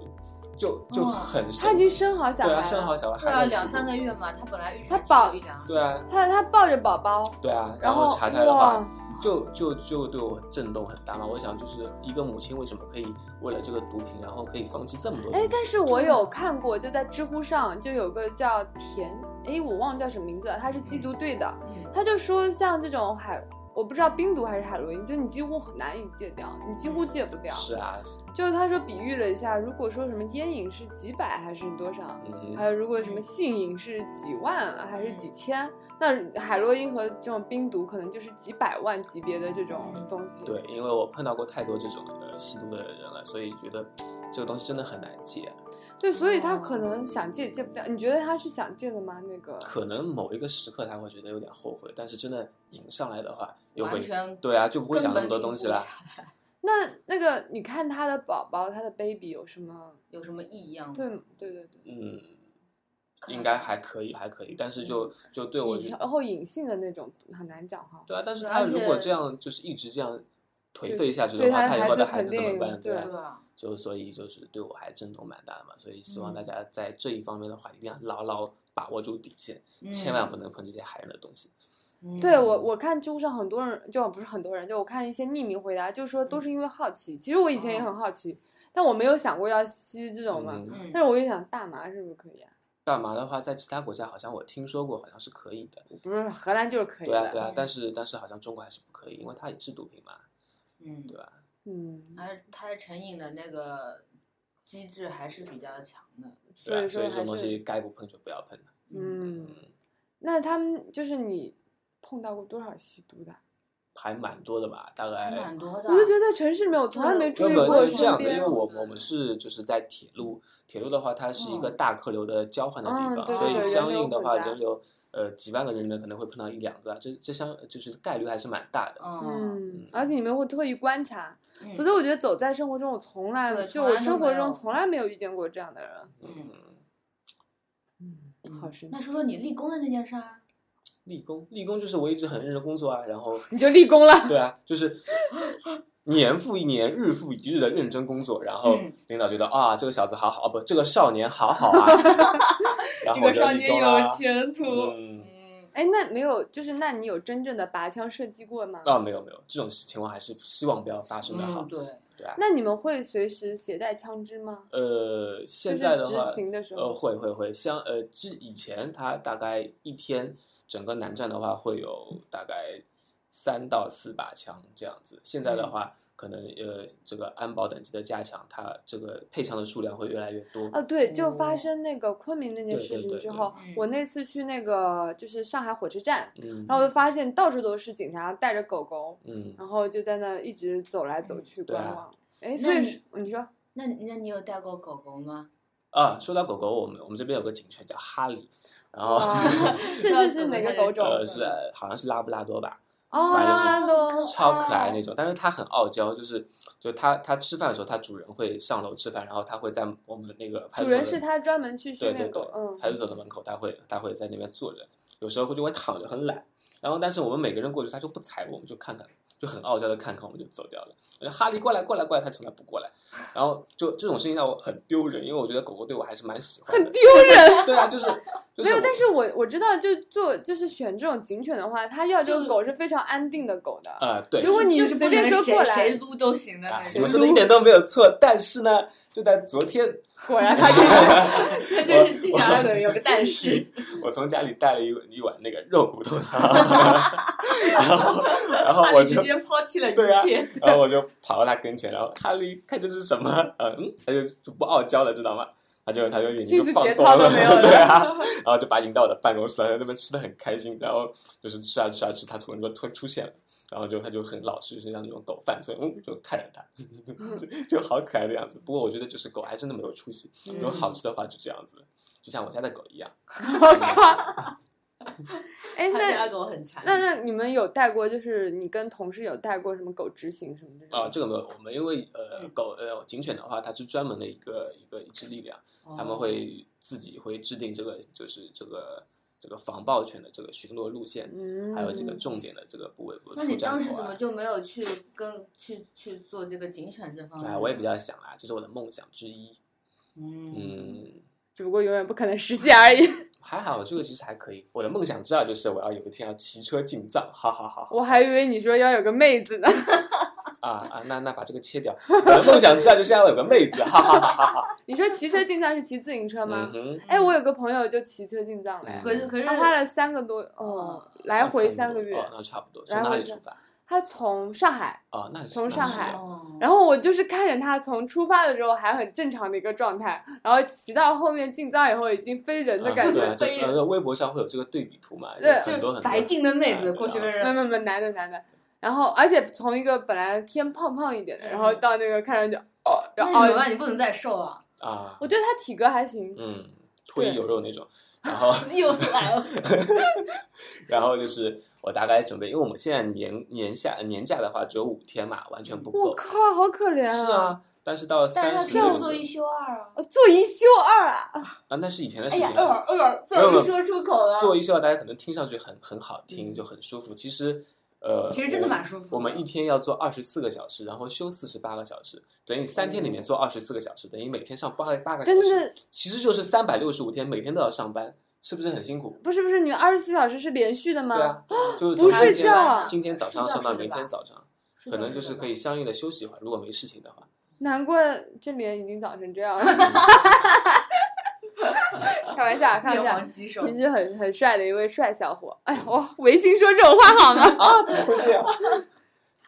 就就
哇
很
他已
神
经
奇。
生好小
对
孩
啊，
了，
生好小孩
对
还
啊，
没
两
吃
三
过
个月嘛，他本来预
他
产期
保
就一两个
对
月，
啊，
他他抱着宝宝，
对啊，
然
后查出来的话，
哇
就就就对我震动很大嘛。我想，就是一个母亲为什么可以为了这个毒品，然后可以放弃这么多东
哎
西？，
但是我有看过，就在知乎上就有个叫田，哎，我忘了叫什么名字了，他是缉毒队的，
嗯
他就说像这种海，我不知道冰毒还是海洛因，就你几乎很难以戒掉，你几乎戒不掉。
是啊，
就他说比喻了一下，如果说什么烟瘾是几百还是多少，
嗯
还有如果什么性瘾是几万了还是几千，那海洛因和这种冰毒可能就是几百万级别的这种
嗯
东西。
对，因为我碰到过太多这种呃吸毒的人了，所以觉得这个东西真的很难戒。啊
对，所以他可能想戒也戒不掉。你觉得他是想戒的吗？那个
嗯可能某一个时刻他会觉得有点后悔，但是真的瘾上来的话，又
完
会
全
对啊，就不会想那么多
根本停
东西
不
啦
下。
那那个，你看他的宝宝，他的 baby 有什么？
有什么异样吗？
对对对对，
嗯，应该还可以，还可以，但是就就对我
以前后隐性的那种很难讲哈。
对啊，但是
对
他
而
如果
且
这样就是一直这样颓
对
废下去
对
的话，
他
他以
孩
后
子
的孩
肯
子怎么
定
办？
对
啊
对，啊，
就所以就是对我还震动蛮大的嘛，所以希望
嗯
大家在这一方面的话，一定要牢牢把握住底线，千万不能碰这些害人的东西。
嗯
对我，我看知乎上很多人，就不是很多人，就我看一些匿名回答，就说都是因为好奇。其实我以前也很好奇，但我没有想过要吸这种嘛。
哦嗯，
嗯
但是我就想，大麻是不是可以啊？
大麻的话，在其他国家好像我听说过，好像是可以的。
不是，荷兰就是可以
对啊，对
的。
啊
嗯，
但是但是好像中国还是不可以，因为它也是毒品嘛，
嗯
对，吧？
嗯，
而它的成瘾的那个机制还是比较强的。
对
所
啊，
以说
所以这种
还
东
是
西该不碰就不要碰了。
嗯。
嗯，
那他们就是你碰到过多少吸毒的？
还蛮多的吧，大
还
概
蛮多的。啊
我就
啊
觉得城市没有，从来没
对
注意
因为
过
过
是这样
身
子，因
边
为。我嗯
对
我们是就是在铁路，铁路的话，它是一个大客流的交换的地
嗯
方，
对
所
对
以
对
相
人流
应的
混
话，
杂
人流呃几万个人里面可能会碰到一两个啊，这这相就是概率还是蛮大的。
嗯，
嗯，而且你们会特意观察，
嗯
否则我觉得走在生活中，我从来
对
就
从来
我
都
生活
没有
中从来没有遇见过这样的人。嗯
嗯
嗯
好神
那
奇！
说说你立功的那件事啊，
立功，立功就是我一直很认真工作啊，然后
你就立功了，
[LAUGHS] 对啊，就是年复一年、日复一日的认真工作，然后
嗯
领导觉得啊，这个小子好好，啊不，这个少年好好
[LAUGHS]
啊，然后我就立功啦。
前途嗯，
嗯，
[LAUGHS] 哎，那没有，就是那你有真正的拔枪射击过吗？
啊，没有没有，这种情况还是希望不要发生的啊好。
嗯，对，
那你们会随时携带枪支吗？
呃，
就
现
是
在的
执
话，
行的时
呃，
候，
会会会，像呃，之以前它大概一天整个南站的话会有大概三到四把枪这样子，现在的
嗯
话、可能呃这个安保等级的加强，它这个配枪的数量会越来越多。
哦，对，就发
哦
生那个昆明那件
嗯对
事
对
情
对
之
对
后
嗯，
我那次去那个就是上海火车站，
嗯
然后我就发现到处都是警察带着狗狗，
嗯，
然后就在那一直走来走去
对
观
啊
望。哎，
那
所以
你
是你说
那那你有带过狗狗吗？
啊，说到狗狗，我们我们这边有个警犬叫哈利，然后 [LAUGHS]
哇啊是
那狗
是是哪
狗
个
还
狗
是
种？
哦呃是好像是拉布拉多吧，
哦，
反正
拉拉多，
超可爱那种，但是它很傲娇，就是就它它吃饭的时候，它主人会上楼吃饭，然后它会在我们那个派
主
出所
人
的
是他专门去训
对对
练
对
狗，，嗯，
派出所的门口，它会它会在那边坐着，有时候就会躺着，很懒。然后但是我们每个人过去，它就不睬我，我们就看看，就很傲娇的看看，我们就走掉了。然后哈利过来过来过来，它从来不过来，然后就这种事情让我很丢人，因为我觉得狗狗对我还是蛮喜欢
很
的。
丢人。
[LAUGHS] 对啊，就是就
没
是
有，
我
但是我我知道，就做就是选这种警犬的话，它要这
就
个狗是非常安定的狗的。
呃对
如果你
就是
随
不
便
能
说
谁
过
谁
来，
撸都行的
啊
那，
你
种
们。说的一点都没有错，但是呢，就在昨天
[LAUGHS] [LAUGHS] 果然它就是
那 [LAUGHS] 就是经常有有个但是，
我从家里带了一碗一碗那个肉骨头汤， [LAUGHS] 然后 [LAUGHS] 然后我
他
就
直接抛弃了一
对啊
切。
然后我就跑到他跟前，然后哈利看这是什么，呃嗯，他就就不傲娇了，知道吗？他就他就眼睛
心
就
思
放
节
光
操
了，
都没有了
[LAUGHS] 对啊，然后就把引到我的办公室，他在那边吃的很开心，然后就是吃啊吃啊吃，他突然就突出现了。然后就他就很老实，就是像那种狗犯罪，嗯，就看着他，
嗯
就就好可爱的样子。不过我觉得就是狗还真的没有出息，有
嗯
[LAUGHS] 好吃的话就这样子，就像我家的狗一样。
我 [LAUGHS] 靠！哎，
他家
那
狗很馋。
那那你们有带过，就是你跟同事有带过什么狗执行什么这种？
啊，这个没有，我们因为呃
嗯
狗呃警犬的话，它是专门的一个一个一支力量，
哦
哦
他们会自己会制定这个就是这个这个防暴犬的这个巡逻路线，
嗯，
还有这个重点的这个部位，比如
那
出
你
站
当时
口
怎么
啊。
就没有去跟去去做这个警犬这方面？
啊哎，我也比较想啊，这是我的梦想之一。
嗯，
嗯，
只不过永远不可能实现而已。 [LAUGHS]
还好这个其实还可以。我的梦想之二就是我要有一天要骑车进藏，哈哈哈哈
我还以为你说要有个妹子呢。 [LAUGHS]
啊啊！那那把这个切掉。我的梦想之二就是要有个妹子，哈哈哈
[LAUGHS]
哈哈。
你说骑车进藏是骑自行车吗
嗯？哼，
哎，我有个朋友就骑车进藏嘞，
可是可是
他花了三个多，哦，来回三个月。
哦，那差不多。从
来
哪
回
里
三
出发？
他从上海，
哦，那是
从
那
上
是
海
哦，
然后我就是看着他从出发的时候还很正常的一个状态，然后骑到后面进藏以后已经飞人的感
嗯、
觉
对。啊，就
飞人
呃微博上会有这个对比图嘛，
对
很多
就
很
白
多。
净的妹子
嗯
过去跟
没
人，
没没，男的男的。然后，而且从一个本来偏胖胖一点的，然后
嗯
到那个看上去哦，
那
就
你怎么
哦，
办？你不能再瘦
[LAUGHS]
啊！
啊，
我觉得他体格还行，
嗯，脱衣
对
有肉那种。然后，
又来了，
然后就是我大概准备，因为我们现在年年下年假的话只有五天嘛，完全不
我
够。
靠，好可怜
是啊，但是到三
但
十
是要这
这样
样
子
做一休二啊！
呃做一休二啊，
啊，那是以前的事
哎
情
呀，
了。
二二，不
没有没
容
有
易说出口了。
做一休二，大家可能听上去很很好听，就很舒服。其实，呃，
其实真的蛮舒服的
我。我们一天要做二十四个小时，然后休四十八个小时，等于三天里面做二十四个小时，等于每天上八个八个小
[LAUGHS] 真
时。
的
其实哎就是三百六十五天，每天都要上班，是不是很辛苦？
不是不是，你二十四小时是连续的
对
吗？
啊，就是
不
从今
睡
天
觉啊
今天早上上到明天
早，
早上，可能就是可以相应的休息一会儿，如果没事情的话。
难怪这脸已经长成这
[LAUGHS]
样了。开玩笑，开玩
面
笑，
黄肌瘦。
其实很很帅的一位帅小伙。哎呀，我违心说这种话好吗？ [LAUGHS]
啊， [LAUGHS] 怎么会这样？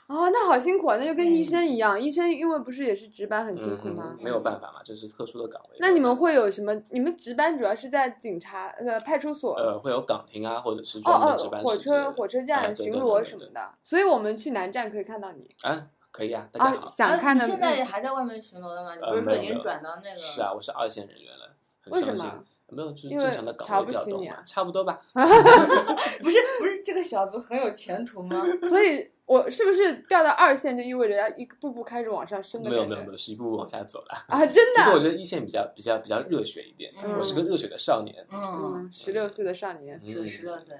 哦，那好辛苦啊，那就跟
嗯
医生一样，医生因为不是也是值班很辛苦吗
嗯？没有办法嘛，这是特殊的岗位。
那你们会有什么？你们值班主要是在警察呃派出所，
呃会有岗亭啊，或者是
哦
专门的值
哦
班，室
火
之类
车
的
火车
啊
站
对
巡
对
逻
对
什
对
么的，所以我们去南站可以看到你
啊，可以啊，大
啊
家，好。 [LAUGHS]
啊
想看
你
的
现在还在外面巡逻的吗？你不是
呃
说
没
已
有没
经
有
转到那个？
是啊，我是二线人员了，
为什
很伤心
么。
没有，就是
因
正
为
常的岗
瞧
位
不
调
起
动
你
嘛，
啊
差不多吧。
不是不是，这个小子很有前途吗？
所以我是不是掉到二线就意味着要一步步开始往上升的
没有
感
没有没
觉
有，是一步步往下走
[LAUGHS]
了。
啊？真
其实我
的，
觉得一线比较比较比较热血一点，我是个热血的少年。
嗯，
嗯，十六岁的少年，
是十六岁。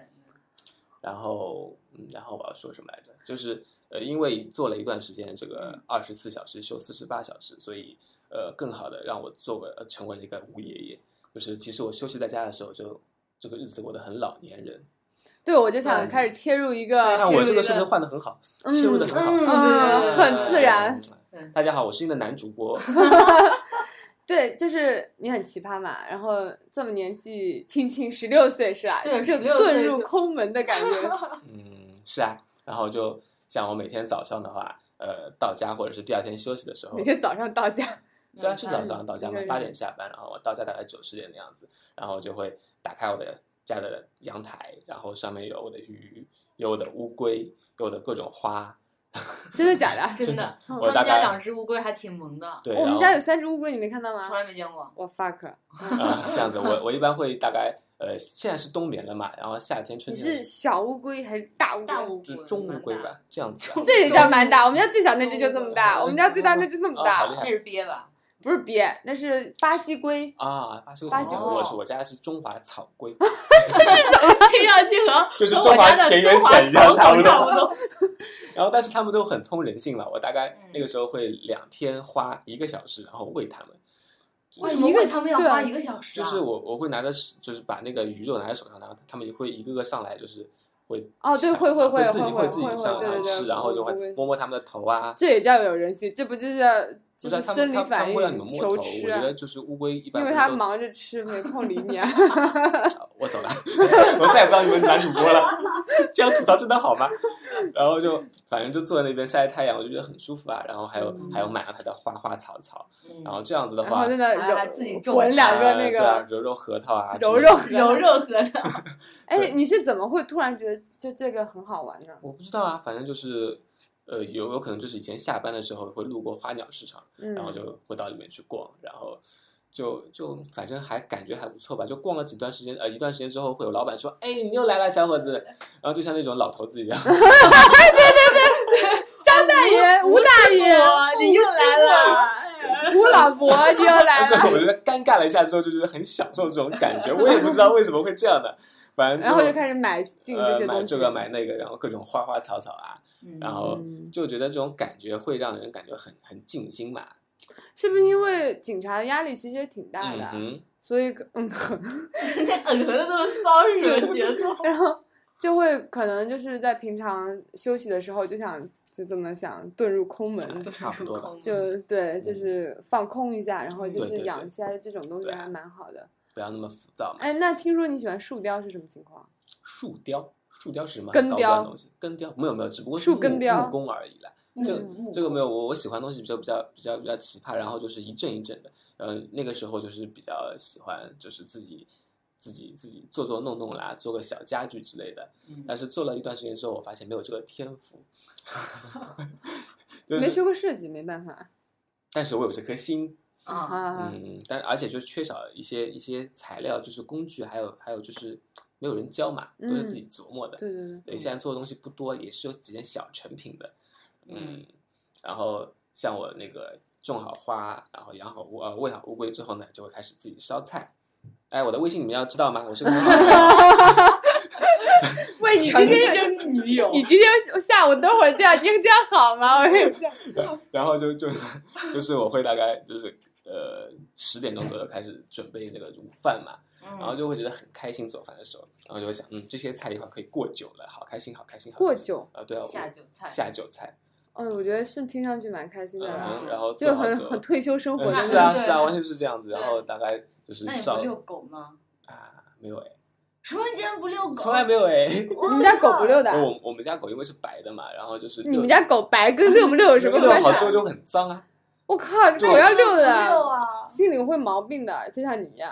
然后，嗯，然后我要说什么来着？就是呃，因为做了一段时间这
嗯
个二十四小时休四十八小时，所以呃，更好的让我作为、呃、成为了一个吴爷爷。就是其实我休息在家的时候就，这个日子过得很老年人。
对我就想开始切入一个
嗯但我这个是
切入一个
不是换的很好？
嗯
切入的很好， [LAUGHS]
嗯
嗯，很自然。
嗯
大家好，我是你的男主播。 [LAUGHS]
对，就是你很奇葩嘛，然后这么年纪轻轻十六岁是吧？
对
就
16
遁
岁
入
就
空门的感觉。
嗯，是啊。然后就像我每天早上的话，呃，到家或者是第二天休息的时候
每，天早上到家，
对啊，是早
嗯
上到家嘛
对，
八点下班，然后我到家大概九十点的样子，然后就会打开我的家的阳台，然后上面有我的鱼，有我的乌龟，有我的各种花，
真的假的？
真的，他
我
们
大
家
概
两只乌龟还挺萌的，
对，
我
然
们
后
家有三只乌龟，你没看到
从
吗？
来没见过。
我 fuck，
啊、这样子，我我一般会大概呃，现在是冬眠了嘛，然后夏天
你
春天的
是
时
小乌龟还是大乌龟？
大乌
候就
龟，
中乌龟
蛮大的，
吧，这样子、啊
中。
[LAUGHS] 这也叫蛮大，我们家最小那只就这么大，
嗯
我们家最大那只那么
啊好厉
大，
害
那是鳖吧？
不是鳖，那是巴西龟，
啊，巴西龟
巴
什
西
么
龟
我是我家是中华草龟，
听上去和
就是
和
中
我
华
家的
田
中
园
华
犬一样
草
差不
狗
多
差不多。
然后但是它们都很通人性了，我大概
嗯
那个时候会两天花一个小时，然后喂它们。就
为
是
什么
一个
喂他们要
对啊
花一个小时
就
啊？
是我我会拿着手，就是把那个鱼肉拿在手上，然后他们也会一个个上来，就是会
哦对
抢
会会
会
会
自己
会
自己
会
上
会
来
对对
吃，
对
然后就
会会
会摸摸他们的头啊。
这也叫有人性，这不就叫就
不
是是
他
生
们
理
他们他
反
们会让你
应
们摸
求
头，我
吃
觉
啊？
得就是乌龟一般
因为
不是
它
都
忙着吃，没空理你啊。
我走了， [LAUGHS] 我再也不当你们男主播了。这样吐槽真的好吗？然后就反正就坐在那边晒太阳，我就觉得很舒服啊。然后还有、
嗯
还有满阳台的花花草草，
嗯
然后这样子的
然后
话，
在那
还还
揉
自己种
闻两个
呃
那
对啊
个
揉揉核桃啊，
揉揉。
柔柔和的，
哎
对，
你是怎么会突然觉得就这个很好玩呢？
我不知道啊，反正就是。呃，有有可能就是以前下班的时候会路过花鸟市场，
嗯
然后就会到里面去逛，然后就就反正还感觉还不错吧。就逛了几段时间，呃，一段时间之后会有老板说：“哎，你又来了，小伙
[LAUGHS]
子。”然后就像那种老头子一样，
张大
哦
爷、吴大爷、
你又来了。
吴老
[LAUGHS]
伯，你又
但
来
是
了，
我觉得尴尬了一下之后，就觉得很享受这种感觉。我也不知道为什么会这样的，反正
然后就
始
开始
[LAUGHS]
买进这
呃
些东
买
西，
这个买那个，然后各种花花草草啊，然后
嗯
就觉得这种感觉会让人感觉很很静心嘛。
是不是因为警察的压力其实也挺大的
嗯
啊？
哼，
所以可嗯， [LAUGHS] 可能
那嗯和的那么骚是什么节奏？
然后就会可能就是在平常休息的时候就想就这么想遁入空门，
都差不多吧，
就对，就
嗯
是放空一下，然后就
对
是
对
养
对
一些这种东西
对
还蛮好的。
不要那么浮躁嘛。
哎，那听说你喜欢树雕是什么情况？
树雕，树雕是什么
根
很高
雕
端的东西？根雕没有没有，只不过是
树
木
根雕
木工而已啦。这个
嗯
这个没有，我我喜欢的东西比较比较比较比较奇葩，然后就是一阵一阵的。呃，那个时候就是比较喜欢，就是自己自己自己做做弄弄啦，做个小家具之类的。但是做了一段时间之后，我发现没有这个天赋。 [LAUGHS] 就
没
是，
学过设计，没办法
但是我有这颗心，
啊，
啊。
嗯，但而且就缺少一些一些材料，就是工具，还有还有就是没有人教嘛，都是
嗯
自己琢磨的。
对对对，
对，现在做的东西不多，也是有几件小成品的，
嗯
嗯，然后像我那个种好花，然后养好乌呃喂好乌龟之后呢，就会开始自己烧菜。哎，我的微信你们要知道吗？我是个很好的
[LAUGHS] 喂，你今
强
天
真女友
你今天下午等会儿这样，你这样好吗？我也
[LAUGHS]
[LAUGHS]
然后就就就是我会大概就是呃十点钟左右开始准备那个午饭嘛，然后就会觉得很开心做饭的时候，然后就会想，嗯，这些菜一会儿可以过酒了，好开心，好开心，好
过
开心
酒。
啊、对啊，我
下酒菜，
下酒菜，
嗯，我觉得是听上去蛮开心的
嗯
啦，
哼，然后
就
做好
很
之后
很退休生活
嗯
的。
是啊
对
是啊，完全是这样子。然
对
后大概就是
那你
上
不遛狗吗？
啊，没有哎，
什么？你竟然不遛狗？
从来没有哎。
我靠。
你们家狗不遛的啊？
[LAUGHS] 哦我我们家狗因为是白的嘛，然后就是
你们家狗白跟遛不遛有什么
遛
关系
好之后
啊？
就很脏啊。
我靠，
就
狗要遛的
不遛
啊，
啊？
心里会毛病的，就像你一样。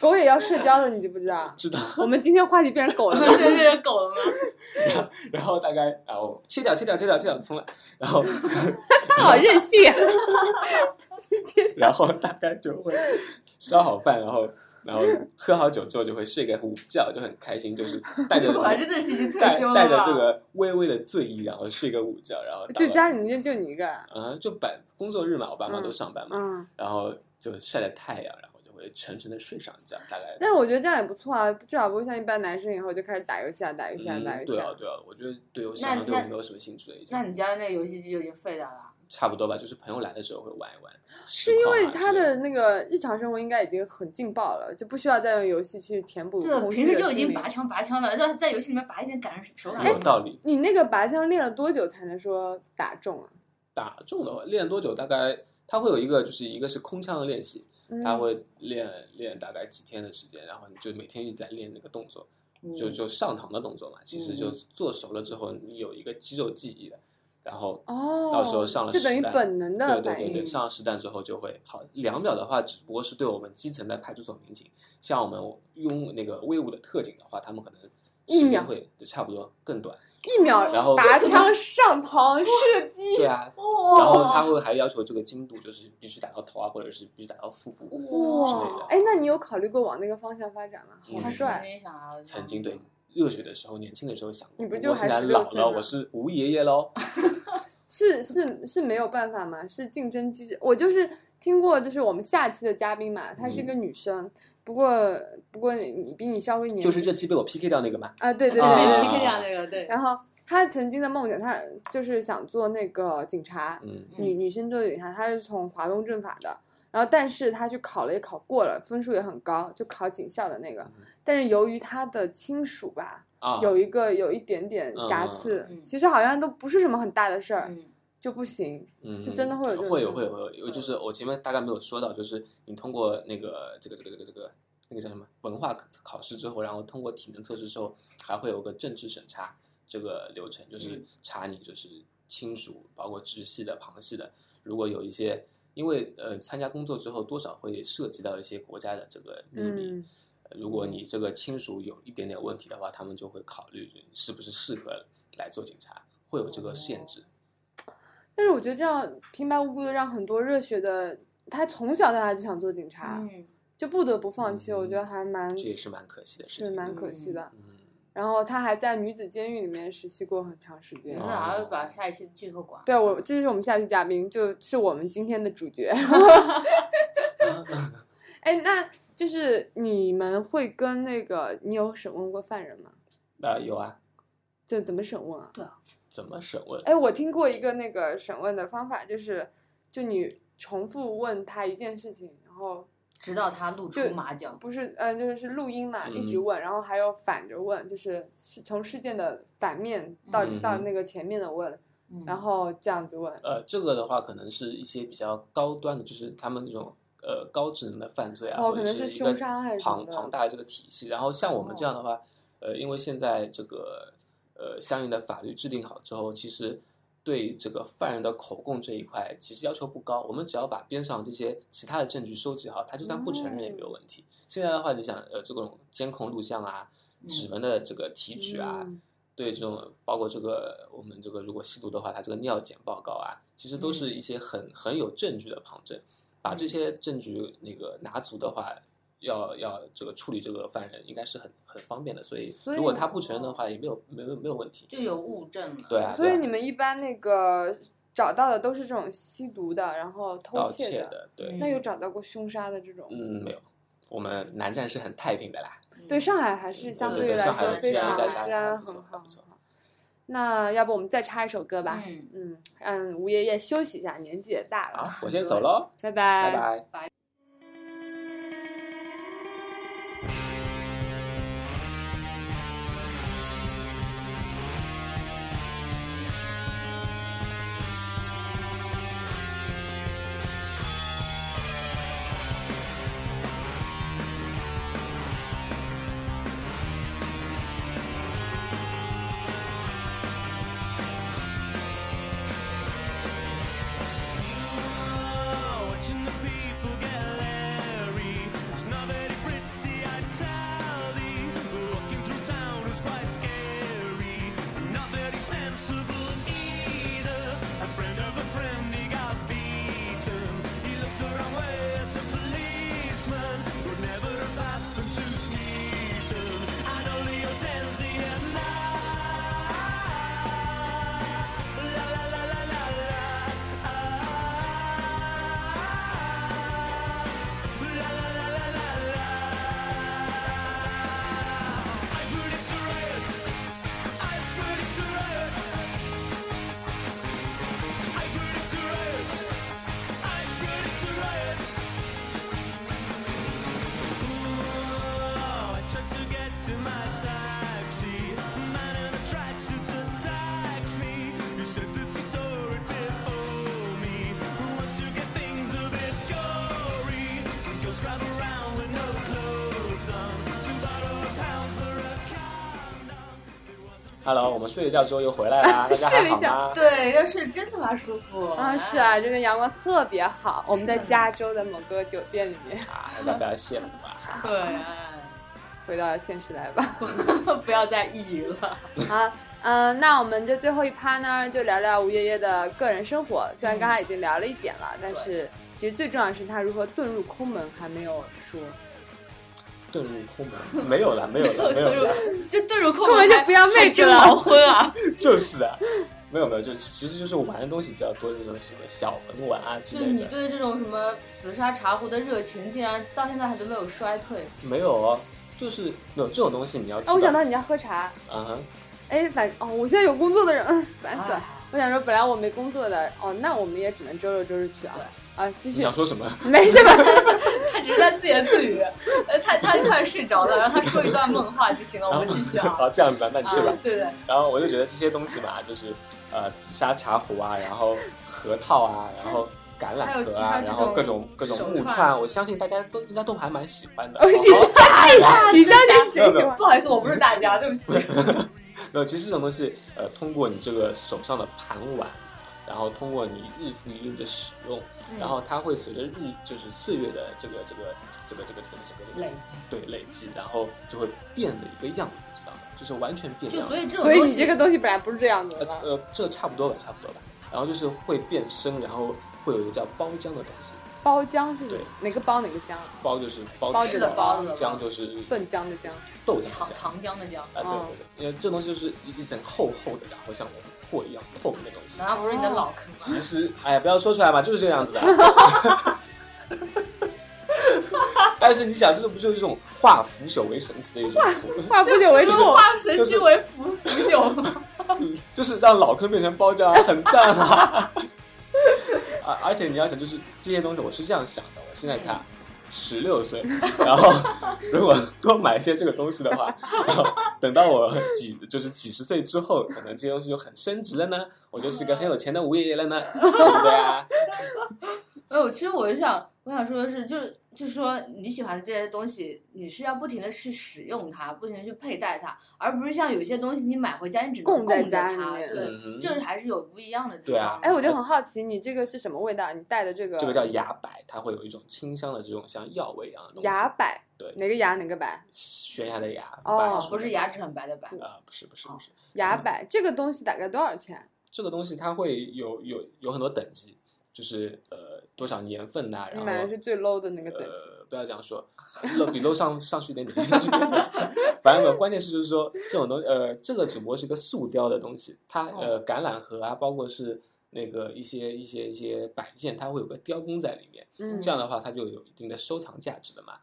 狗也要社交的，你知不知道？
知道，
我们今天话题变成狗
[LAUGHS]
了。
啊对
[LAUGHS]
对对，狗了吗？
然后大概啊，我切掉，切掉，切掉，切掉，从来，然后，
他好任性啊！
然后大概就会烧好饭，然后，然后喝好酒之后就会睡个午觉，就很开心，就是带
[LAUGHS]
着
果然真的是已经退
带
休了吧？
带着这个微微的醉意，然后睡个午觉，然后到
就
了
家里就就你一个人。
啊，就摆工作日嘛，我爸妈都上班嘛，
嗯，
然后就晒晒太阳，然后就会沉沉的睡上一觉，大概。
但是我觉得这样也不错啊，至少不会像一般男生以后就开始打游戏啊，打游戏啊，打
嗯，
游戏
对啊
啊。，
对啊，我觉得对游戏
那
好像对我
那
没有什么兴趣了，已经
那你家那游戏机有点废掉了。啊
差不多吧，就是朋友来的时候会玩一玩。啊是
是因为他的那个日常生活应该已经很劲爆了，就不需要再用游戏去填补
对，
空
平时
虚的
就已
心
经
灵
拔。枪拔枪了，在在游戏里面拔一点感手感。
哎
哎
有道理。
你那个拔枪练了多久才能说打中啊？
打中的话，练多久？大概他会有一个，就是一个是空枪的练习，他
嗯，
会练练大概几天的时间，然后你就每天一直在练那个动作，
嗯
就
嗯
就上膛的动作嘛。其实就做熟了之后，你有一个肌肉记忆的，然后
哦，
到时候上了
就等于
实弹
本能的
对对
反
对
应。
对，上了实弹之后就会好。两秒的话，只不过是对我们基层的派出所民警，像我们用那个威武的特警的话，他们可能
一
时间
秒
会就差不多更短。
一秒
然后
拔
[LAUGHS]
枪上膛射击，
对啊，
哇，
然后他会还要求这个精度就是必须打到头啊，或者是必须打到腹部。
嗯
之类
哇
的，
哎，那你有考虑过往那个方向发展吗？
嗯
好
他
是
帅！啊
那啥，嗯
曾经对热血的时候，年轻的时候想过，
你不就
我现
还
在
16
老
岁
了，
吗嗯
我是吴爷爷喽。
是是是没有办法嘛，是竞争机制。我就是听过，就是我们下期的嘉宾嘛，她是一个女生，不过不过你比你稍微年
就是
纪
这期被我 PK 掉那个嘛，
啊，对
对
对对对
啊
对。
，PK 掉那个对，
然后她曾经的梦想，她就是想做那个警察，
嗯
嗯
女女生做警察，她是从华东政法的。然后，但是她去考了，也考过了，分数也很高，就考警校的那个。但是由于她的亲属吧，
啊，
有一个有一点点瑕疵，
嗯嗯
其实好像都不是什么很大的事儿，
嗯
就不行。
嗯
是真的会有这种
会有
情嗯
会有会有，就是我前面大概没有说到，就是你通过那个这个这个这个这个那个叫什么文化考考试之后，然后通过体能测试之后，还会有个政治审查这个流程，就是
嗯
查你就是亲属，包括直系的、旁系的，如果有一些。因为呃，参加工作之后，多少会涉及到一些国家的这个秘密。
嗯，
呃如果你这个亲属有一点点问题的话，他们就会考虑你是不是适合来做警察，会有这个限制。
哦但是我觉得这样平白无故的让很多热血的，他从小到大就想做警察，
嗯，
就不得不放弃，
嗯
我觉得还蛮
这也是蛮可惜的事
是
情，
蛮可惜的。
嗯，
然后他还在女子监狱里面实习过很长时间。
你
哦
们俩要把下一期剧透啊光。
对啊我，这是我们下期嘉宾，就是我们今天的主角。 [LAUGHS]
啊
哎，那就是你们会跟那个你有审问过犯人吗？
[LAUGHS] 那有啊，
就怎么审问啊？
怎么审问？
哎，我听过一个那个审问的方法，就是就你重复问他一件事情，然后
直到他露出
就
马脚。
不是，嗯、就是是录音嘛，
嗯
一直问，然后还有反着问，就是是从事件的反面到、
嗯
到那个前面的问，
嗯
然后这样子问，
呃，这个的话可能是一些比较高端的，就是他们那种呃高智能的犯罪啊，
哦
或
可
者
能是
一
凶
个
杀案什么
庞
的哦
庞大的这个体系。然后像我们这样的话，呃，因为现在这个呃相应的法律制定好之后，其实对这个犯人的口供这一块其实要求不高，我们只要把边上这些其他的证据收集好，他就算不承认也没有问
哦
题。现在的话，你想呃这种监控录像啊、指纹的这个提取啊，
嗯
对这种包括这个我们这个如果吸毒的话，它这个尿检报告啊，其实都是
嗯
一些很很有证据的旁证。把这些证据那个拿足的话，要要这个处理这个犯人应该是很很方便的。所以
所以
如果他不承认的话，也没有没有没有问题。
就有物证了。
对啊，
所
对
以
啊
你们一般那个找到的都是这种吸毒的，然后偷
盗
窃
窃
的，嗯
的，对，
那有找到过凶杀的这种？
嗯，没有。我们南站是很太平的啦，
嗯
对，上海还是相
对
对
对
来
上海
说
的
非
治安
常
应该是
治
还
安
不错
很
还
好
不错。
那要不我们再插一首歌吧？
嗯，
嗯，让吴爷爷休息一下，年纪也大了
好，，我先走喽，
拜
拜
啊拜。
拜。
Watching the people gallery, there's nobody pretty. I tell thee, walking through town is quite scary. Not very sensible either. A friend of a friend, he got beaten. He looked the wrong way at a policeman. Would never have happened to Smeaton. I know the hotel's here La la la la la la la la la la la. I put it to riot. I put it to riot. I put it to riot. I put it to riot. Ooh, I tried to get to my taxi. Man in a tracksuit attacks me. He says that he saw it before me. Who wants to get things a bit gory? Girls grab around with no clothes on. To borrow a pound for a condom.
Hello，我们睡了觉之后又回
[LAUGHS]
来啦，大家还好吗？
对，要是真他妈舒服
啊，是，啊，这边阳光特别好。我们在加州的某个酒店里面，
啊，大家不要羡慕啊。
对啊，
回到现实来吧。
[LAUGHS] 不要再抑郁了。
好，嗯、那我们这最后一趴呢，就聊聊吴爷爷的个人生活。虽然刚才已经聊了一点了，但是其实最重要的是他如何遁入空门，还没有说。
遁入空门，没有了，
[LAUGHS]
没有了，没有了。
就遁入空
根本
门
就
还
不要妹
还
子
真
了
盲婚
[LAUGHS]
啊！
[LAUGHS] 就是啊，没有没有，就其实就是玩的东西比较多，这种什么小文玩啊之
就你
类的。
对这种什么紫砂茶壶的热情，竟然到现在还都没有衰退。 [LAUGHS]
没有哦，就是有这种东西你要知
啊，
道。
我想到你家喝茶，
嗯哼，
哎，反哦，我现在有工作的人，嗯，烦死了
哎。
我想说，本来我没工作的，哦，那我们也只能周六周日去啊。啊，继
你
续
想，说什么？
没 [LAUGHS] 什么。
他只是在自言自语，呃，他他快睡着了，让他说一段梦话就行了。我
然后 [LAUGHS]
们继续啊，
好，这样子吧，那你
啊
去吧。，
对的，
然后我就觉得这些东西嘛，就是呃紫砂茶壶啊，然后核桃啊，然后橄
还有
榄
其
核
他
啊，
这
然后各
种
种各种
手
木
串
串，我相信大家都应该都还蛮喜欢的。
哦，你
好好
是哎
[LAUGHS]
呀， [LAUGHS] 你相信谁喜欢？
不好意思，我不是大家，对
[LAUGHS]
不起。
没有，其实这种东西，呃，通过你这个手上的盘玩，然后通过你日复一日的使用，
嗯
然后它会随着日就是岁月的这个这个这个这个这个这个
累，
对累积，然后就会变了一个样子，知道吗？就是完全变
就
样
所
子。
以这种
所以
东
你这
西
个东西本来不是这样子的
呃
吧？
呃，这差不多吧，差不多吧。然后就是会变深，然后会有一个叫包浆的东西，
包浆是
对
哪个包哪个浆？
包就是包
包
子
子
的包子的包
浆就是
笨浆的浆。
豆浆
糖
的浆。
糖嗯浆的浆，
啊，对对对，因为这东西就是一一层厚厚的，然后像货一样透的那东西。
难道不是你的
哦
老坑吗？
其实，哎呀，不要说出来嘛，就是这个样子的。 [LAUGHS] 但是你想，这不就是一种化腐朽为神奇的一种 [LAUGHS] 图，
化腐朽为
就
兔
是， [LAUGHS] 化神
就是
俱为腐腐 [LAUGHS] 朽吗？
就是让老坑变成包浆，很赞啊！ [LAUGHS] 而、而且你要想，就是这些东西，我是这样想的，我现在才十六岁，然后如果多买一些这个东西的话，然后等到我几就是几十岁之后，可能这些东西就很升级了呢，我就是个很有钱的吴爷爷了呢，对不对啊？
哎，我其实我是想，我想说的是，就是就是说你喜欢的这些东西，你是要不停的去使用它，不停的去佩戴它，而不是像有些东西你买回家你只能
供
供
在
着
家里
它，
面
对，
嗯哼
就是还是有不一样的地
对啊
方。
哎，我就很好奇，你这个是什么味道？你带的这个
这个叫牙柏，它会有一种清香的这种像药味一样的东西。
牙柏，
对嗯
哪个牙哪个柏？
悬崖的崖，
哦
柏树
不是
的
牙齿很白的白，
啊、不是不是不是，
牙柏这个东西大概多少钱？啊
这个东西它会有有有很多等级，就是呃多少年份呐、
你
然后
买的是最 low 的那个等级。
呃不要这样说，漏比漏上上去一点点，上去一点点，反正没有关键是就是说这种东西呃这个只不过是个塑雕的东西，它呃
哦
橄榄核啊，包括是那个一些一些一些摆件，它会有个雕工在里面。
嗯
这样的话它就有一定的收藏价值了嘛。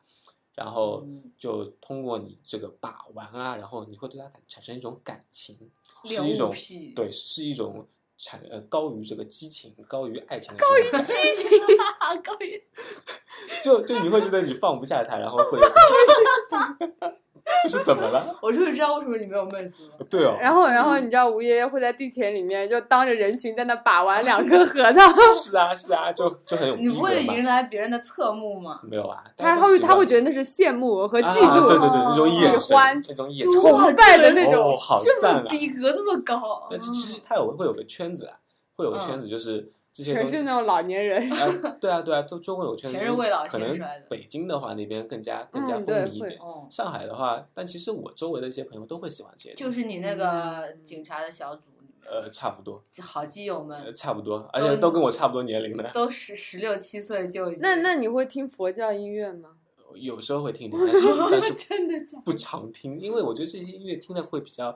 然后
嗯
就通过你这个把玩啊，然后你会对它感产生一种感情，
恋
是一
物
种
癖
对，是一种产呃高于这个激情，高于爱情的这
[LAUGHS]
嗯
种，
激情高于
就就你会觉得你放不下它，然后会 [LAUGHS] 就是怎么了？
我终于知道为什么你没有妹子了。
对哦，
然后，然
嗯
后你知道吴爷爷会在地铁里面就当着人群在那把玩两颗 [LAUGHS] 核桃，
是啊是啊，就就很有
你
逼
不会
格
迎
嘛。
来别人的侧目吗？
没有啊，
他
会
会他会觉得那是羡慕和
啊
嫉妒，
对对对，那种眼
喜欢
神，那种眼
就
神
哇
崇拜的那种。
哦，好
这
赞
么
啊！
逼格这么高，
那其实它有会有个圈子啊，会有个
嗯
圈子，就是这些
嗯全
东西
是那种老年人，
啊，对啊，对啊，都就会有圈子。
全是为老
可
先
能
衰的
北京的话，那边更加更加
嗯
风
对
靡一
会
点。
哦，
上海的话，但其实我周围的一些朋友都会喜欢这些东
就
西，
是你那个
嗯
警察的小组里面，
呃，差不多，
好基友
呃，
们
差不多，而且都跟我差不多年龄的。
都十十六七岁就已经
那那你会听佛教音乐吗？
有时候会听一
[LAUGHS]
点，但是但是
真的假的？
不常听，因为我觉得这些音乐听的会比较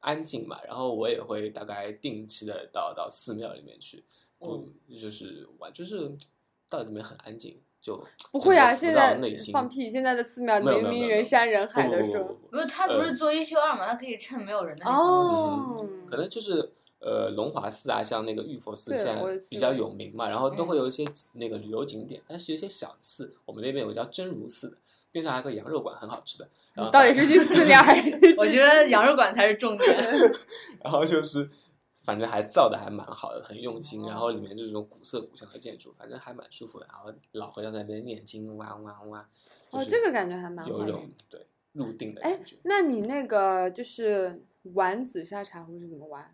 安静嘛。然后我也会大概定期的到到寺庙里面去，
哦
不就是玩，就是到里面很安静，就
不会啊，
整
现
个浮躁
在
的内心
放屁！现在的寺庙
没有没
明
有没
明
有
人山人海
不
的
不不不
说，
不
不是他不是做一休二嘛，他可以趁没有人的时候
哦
去，
嗯可能就是呃龙华寺啊，像那个玉佛寺
对
现
我
在
也
比
去
较
过
有名嘛，然后都
嗯
会有一些那个旅游景点，但是有一些小寺，我们那边有个叫真如寺的，边上还有个羊肉馆，很好吃
嗯
的。然后
到底是去寺庙还是去？
[LAUGHS] 我觉得羊肉馆才是重
[LAUGHS]
点。
然后就是反正还造的还蛮好的，很用心，
哦
然后里面就是这种古色古香的建筑，反正还蛮舒服的。然后老和尚在那边念经，哇哇哇，就
哦，
是
这个感觉还蛮好
有一
的。
种对入定的
哎
感觉，。
那你那个就是玩紫砂茶壶是怎么玩？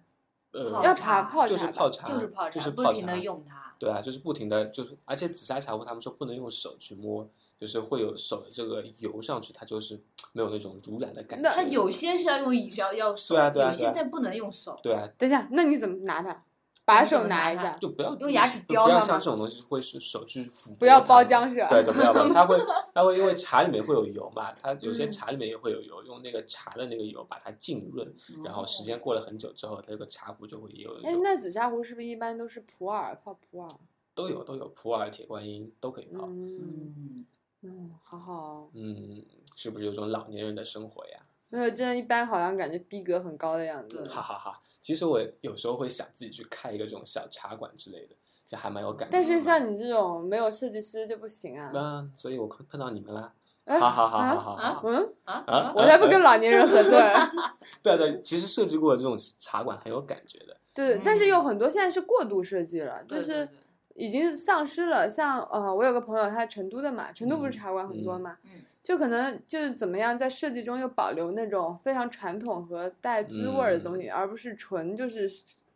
泡
要爬
呃，
茶
泡
就是
吧
泡茶，
就是泡
就
茶，
是
不
泡
停
茶
的用它。
对啊，就是不停的，就是而且紫砂茶壶他们说不能用手去摸，就是会有手的这个油上去，它就是没有那种濡染的感觉。
那
它有些是要用要要手，
对啊对啊
有
对
些
啊
在不能用手。
对啊，
等一下，那你怎么拿它？把
你怎
手
么
拿
拿
一
它
下，
就不要
用牙齿
不
叼
不要
它
像
吗
这种东西会是手去抚，
不要包浆是吧
对的，不要包
[LAUGHS]
浆，它会它会因为茶里面会有油嘛，它有些
嗯
茶里面也会有油，用那个茶的那个油把它浸润，然后时
哦
间过了很久之后，它这个茶壶就会也有那
哎，
种
那紫砂壶是不是一般都是普洱泡普洱？
都有都有普洱、铁观音都可以泡。
嗯
嗯，
嗯，好好哦。
嗯，是不是有种老年人的生活呀？
没有，真的，一般好像感觉逼格很高的样子
对。
哈哈哈！其实我有时候会想自己去开一个这种小茶馆之类的，就还蛮有感觉
但
的嘛。
是像你这种没有设计师就不行啊。
那，所以我碰碰到你们啦，
哎
嗯好好好
啊
好好好。
嗯，
啊
啊
啊
我才不跟老年人合作。
对啊对啊，其实设计过的这种茶馆很有感觉的，
对，但是有很多现在是过度设计了，
对
就
对
是
对
已经丧失了。像呃，我有个朋友，他是成都的嘛，成都不是
嗯
茶馆很多
嗯
嘛，
嗯
就可能就是怎么样在设计中又保留那种非常传统和
嗯
带滋味儿的东西，而不是纯就是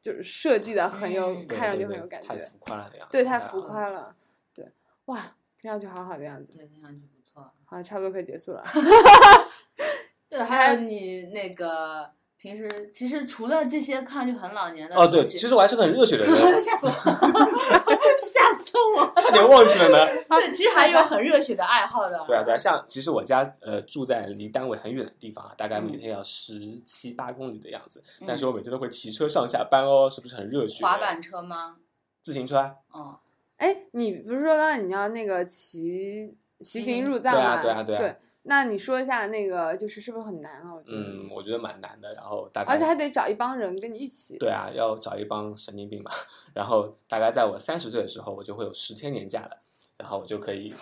就是设计的很有、
嗯
对
看上去
对
很
对
有感觉，
太浮夸了那样。
对，太
啊
浮夸了，对，哇，听上去好好的样子。
对，听上去不错。
好，差不多可以结束了。
对，
哎
还有你那个平时，其实除了这些看上去很老年的
哦，对，
东西
其实我还是个很热血
[LAUGHS]
的人，
[LAUGHS] 吓死我！ [LAUGHS] 吓死我！
差点忘记了呢。
对，其实还有很热血的爱好的。
对啊对啊，像其实我家呃住在离单位很远的地方啊，大概
嗯
每天要十七八公里的样子，但是我每天都会骑车上下班哦，是不是很热
嗯
血？
滑板车吗？
自行车啊，
哦，
哎，你不是说刚才你要那个骑
骑
骑行
行
入藏
对啊
吗？
对啊对啊
那你说一下那个，就是是不是很难啊？我觉得，
嗯，我觉得蛮难的。然后大概
而且还得找一帮人跟你一起。
对啊，要找一帮神经病嘛。然后大概在我三十岁的时候，我就会有十天年假了，然后我就可以，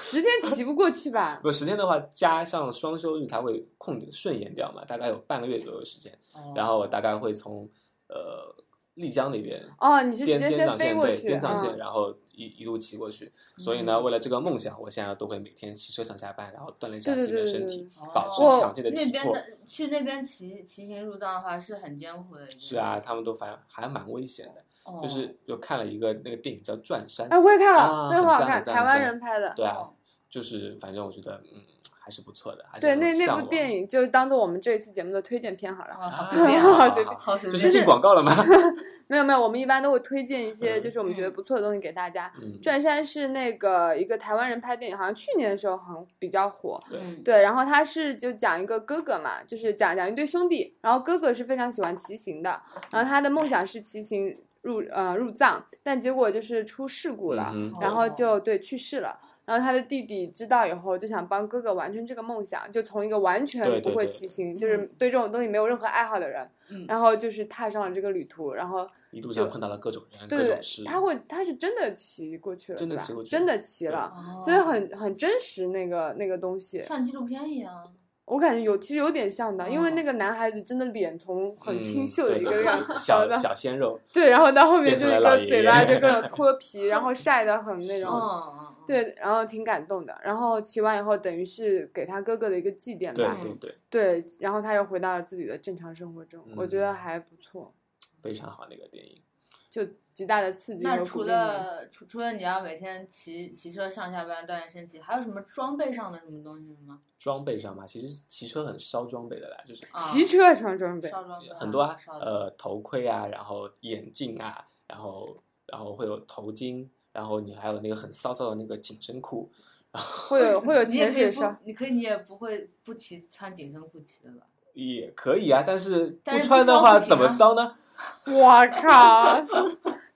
十天骑不过去
[LAUGHS]
吧？
不十天的话加上双休日，它会空顺延掉嘛，大概有半个月左右的时间。
哦
哦
然后我大概会从呃丽江那边
哦，你是直
滇
接
滇
先
藏
飞
线
过
对
去，
滇藏线，
嗯，
然后一一路骑过去。所以呢，为了这个梦想，我现在都会每天骑车上下班，然后锻炼一下
对
自
对对
己的身
对
体，
对，
哦
保持
我
强健的
那
体
边
魄。
的去那边骑骑行入藏的话是很艰苦的一件事。
是
嗯
啊，他们都反还蛮危险的。
哦，
就是有看了一个那个电影叫《转
[LAUGHS]
山》
哎，，我也看了
啊，
那很好
很赞
看，
很赞
台湾
很赞
人拍的。
对啊
哦，
就是反正我觉得嗯还是不错的，还是
对，
很
那那
向
部
往
电影就当做我们这一期节目的推荐片好了。
哦好
啊
随便，
[LAUGHS]
好
好随便，嗯
随便
这
就是
进广告了吗？
[LAUGHS] 没有没有，我们一般都会推荐一些
嗯
就是我们觉得
嗯
不错的东西给大家。
嗯
《转山》是那个一个台湾人拍电影，好像去年的时候好像比较火。
嗯，
对，然后他是就讲一个哥哥嘛，就是讲讲一对兄弟，然后哥哥是非常喜欢骑行的，然后他的梦想是骑行入呃入藏，但结果就是出事故了，
嗯哼
然后
哦
就对去世了。然后他的弟弟知道以后，就想帮哥哥完成这个梦想，就从一个完全不
对对
会
对
骑行，就是
嗯
对这种东西没有任何爱好的人，
嗯
然后就是踏上了这个旅途。然后
一路
就
上碰到了各种人，
对
各
对
种事，
对，他会他是真的骑过去了，
真
对
的
吧
骑过去
真
了
的骑
对
了，
哦
所以很很真实那个那个东西。
像纪录片一样。
我感觉有，其实有点像的，因为
哦
那个男孩子真的脸从很清
嗯
秀的
对
一个
对 [LAUGHS]
样，
对
好
小
的
小鲜肉，
对，然后到后面
变
就
成
一
了老
个
爷
嘴巴
爷
就
[LAUGHS]
各种脱皮，然后晒得很那
是
嗯
种，
嗯，嗯，
对，然后挺感动的。然后骑完以后，等于是给他哥哥的一个祭奠
对
吧，
对对，
对然后他又回到了自己的正常生活中，我觉得
嗯
还不错，
非常好那个电影。
就极大的刺激
那
和
除
鼓励你。
了除除了你要每天骑骑车上下班锻炼身体，还有什么装备上的什么东西吗？
装备上嘛，其实骑车很烧装备的啦，就是
啊
骑车穿装备，
少装备啊
很多啊，
少装备
呃，头盔啊，然后眼镜啊，然后然后会有头巾，然后你还有那个很骚骚的那个紧身裤，
会
[LAUGHS]
有会有
你也
潜
可以
水
不
衫，，
你可以你也不会不骑穿紧身裤骑的吧？
也可以啊，但是
但
不
是不
穿的
骚
话
不行
怎么
啊
骚呢？
[LAUGHS]
我靠，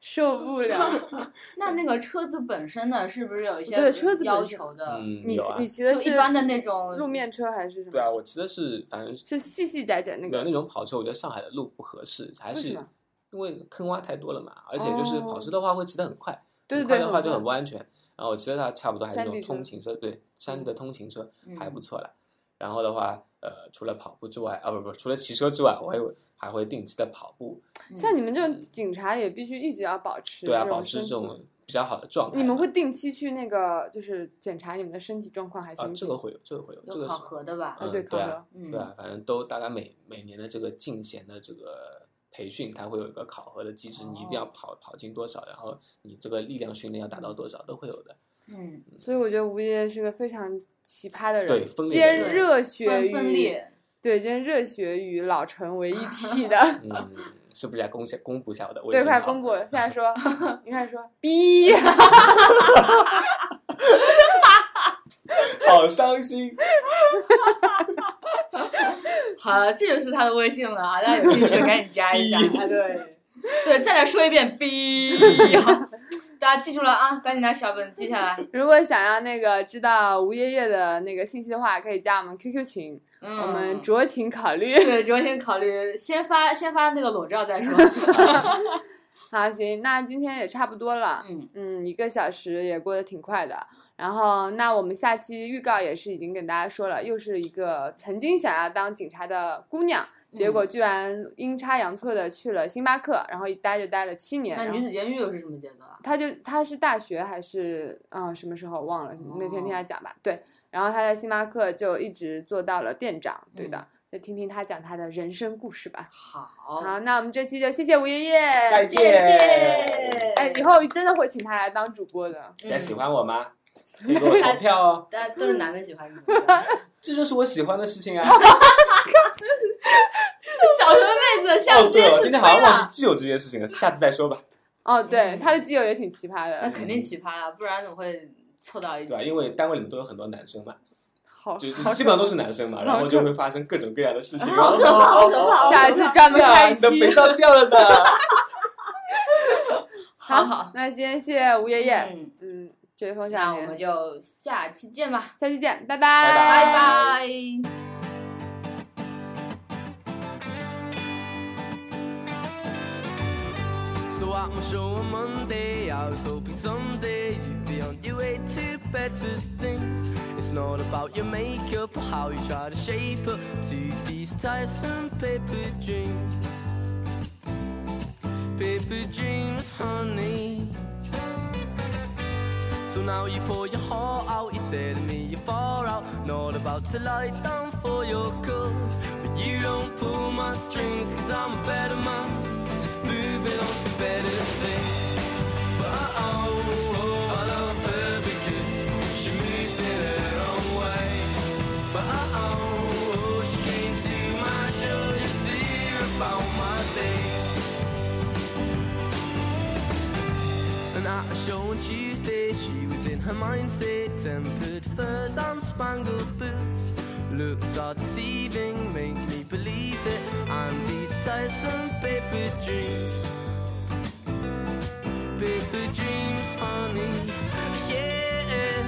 受不
嗯
了！
那那个车子本身呢，是不是有一些
对车子本
要
身
求的？
嗯，
你
有啊
你，骑的
就是一般的那种
路面车还是什么？
对啊，我骑的是反正
是细细窄窄那
没有
个
那种跑车，我觉得上海的路不合适，
为
还
什
是
么哦
因为坑洼太多了嘛。而且就是跑车的话会骑得很快，
对
很
对对
快的话
很
就很
快
不安全。然后我骑的它差不多还是
山
那
地
种
车
通勤车，对山地的通勤车
嗯
还不错了。然后的话，呃，除了跑步之外，啊不不，除了骑车之外，我还有还会定期的跑步，
像你们这种警察也必须一直要保持
嗯对啊，
这
保
种
持
身
这
体
种比较好的状态嘛。
你们会定期去那个，就是检查你们的身体状况还行
啊
不？
这
行？
个会有，这个会有，这
有
个
考
是
核的吧？
啊，
嗯
对，
对啊
核。
嗯，
对啊，反正都大概每每年的这个进贤的这个培训，它会有一个考核的机制，你一定要
哦
跑跑进多少，然后你这个力量训练要达到多少，都会有的。
嗯，
所以我觉得吴爷是个非常奇葩的
对
人，
分裂的。
兼
人
热血
分分
与
裂，
对兼热血与老陈为一体的
嗯，是不是该公下公布 [LAUGHS] 一下我的微
对，
信
快
号
公布！现
[LAUGHS]
在说，你看说，
[LAUGHS]
逼，
好伤心。
好，这就是他的微信了啊！大家有兴趣赶紧加一下。
逼
啊对，对，再来说一遍，逼！大家记住了啊，赶紧拿小本子记下来。
如果想要那个知道吴爷爷的那个信息的话，可以加我们 QQ 群，
嗯，
我们酌情考虑。 [LAUGHS]
对昨天考虑先发先发那个裸照再说。
好，行，那今天也差不多了， [LAUGHS]
嗯，
嗯，一个小时也过得挺快的。然后，那我们下期预告也是已经跟大家说了，又是一个曾经想要当警察的姑娘，结
嗯
果居然阴差阳错的去了星巴克，然后一待就待了七年。
那
然
女
后
子监狱又是什么阶段啊？
她就她是大学还是啊、什么时候忘了？那天听
哦
她讲吧。对，然后她在星巴克就一直做到了店长，对的，就听听她讲她的人生故事吧。
嗯好，
好，那我们这期就谢谢吴爷爷，
再
谢谢。
哎，以后真的会请他来当主播的。
大家喜欢我吗？可以给我投
[LAUGHS]
票哦，
大家都是男的喜欢你，
这就是我喜欢的事情啊。
找什么妹子？下
哦，
次直
对
接
了，
试
今
吹啊
天好像忘
了，
记基友这件事情了，下次再说吧。
哦，对，
嗯
他的基友也挺奇葩
那
的，
肯定奇葩啊了，不然怎么会凑到一
对吧？啊
起？
因为单位里面都有很多男生嘛，
好，
就是
好
基本上都是男生嘛，然后就会发生各种各样的事情。哦好可
可怕下一次
[LAUGHS]
专门开一
你的肥
期。
皂掉了呢。
好好，
那今天谢谢吴爷爷，
嗯，
嗯，追风
那
少
我
年
们》，就下期见吧，
下期见，
拜
拜
拜
拜。
So I am show on Monday. I was hoping someday you'd be on your way to better things. It's not about your makeup or how you try to shape up to these tiresome paper dreams. Paper dreams, honey. So now you pour your heart out, you're telling me you're far out. Not about to lie down for your cause. But you don't pull my strings, cause I'm a better man. Moving on to better things. But uh oh, oh, I love her because she moves in her own way. But uh oh, oh, she came to my show just to hear about my day. And at a show on Tuesday, she was in her mindset. Tempered furs and spangled boots. Looks are deceiving, make me believe it. And these tiresome paper dreams. Paper dreams, honey. Yeah.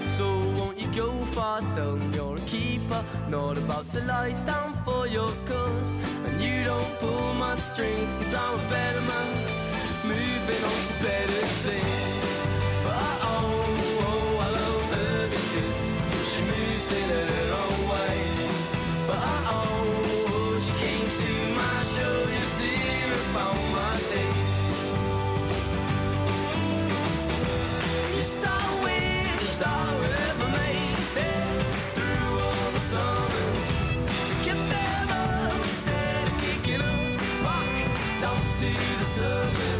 So won't you go far? Tell them you're a keeper, not about to lie down for your cause. And you don't pull my strings, cause I'm a better man, moving on to better things. But uh oh, oh, I love her because she moves in her own way. But uh oh, oh, she came to my show just to hear about my day. Yes, I wish I would ever make it through all the summers. Get them upset, kicking us back down to the surface.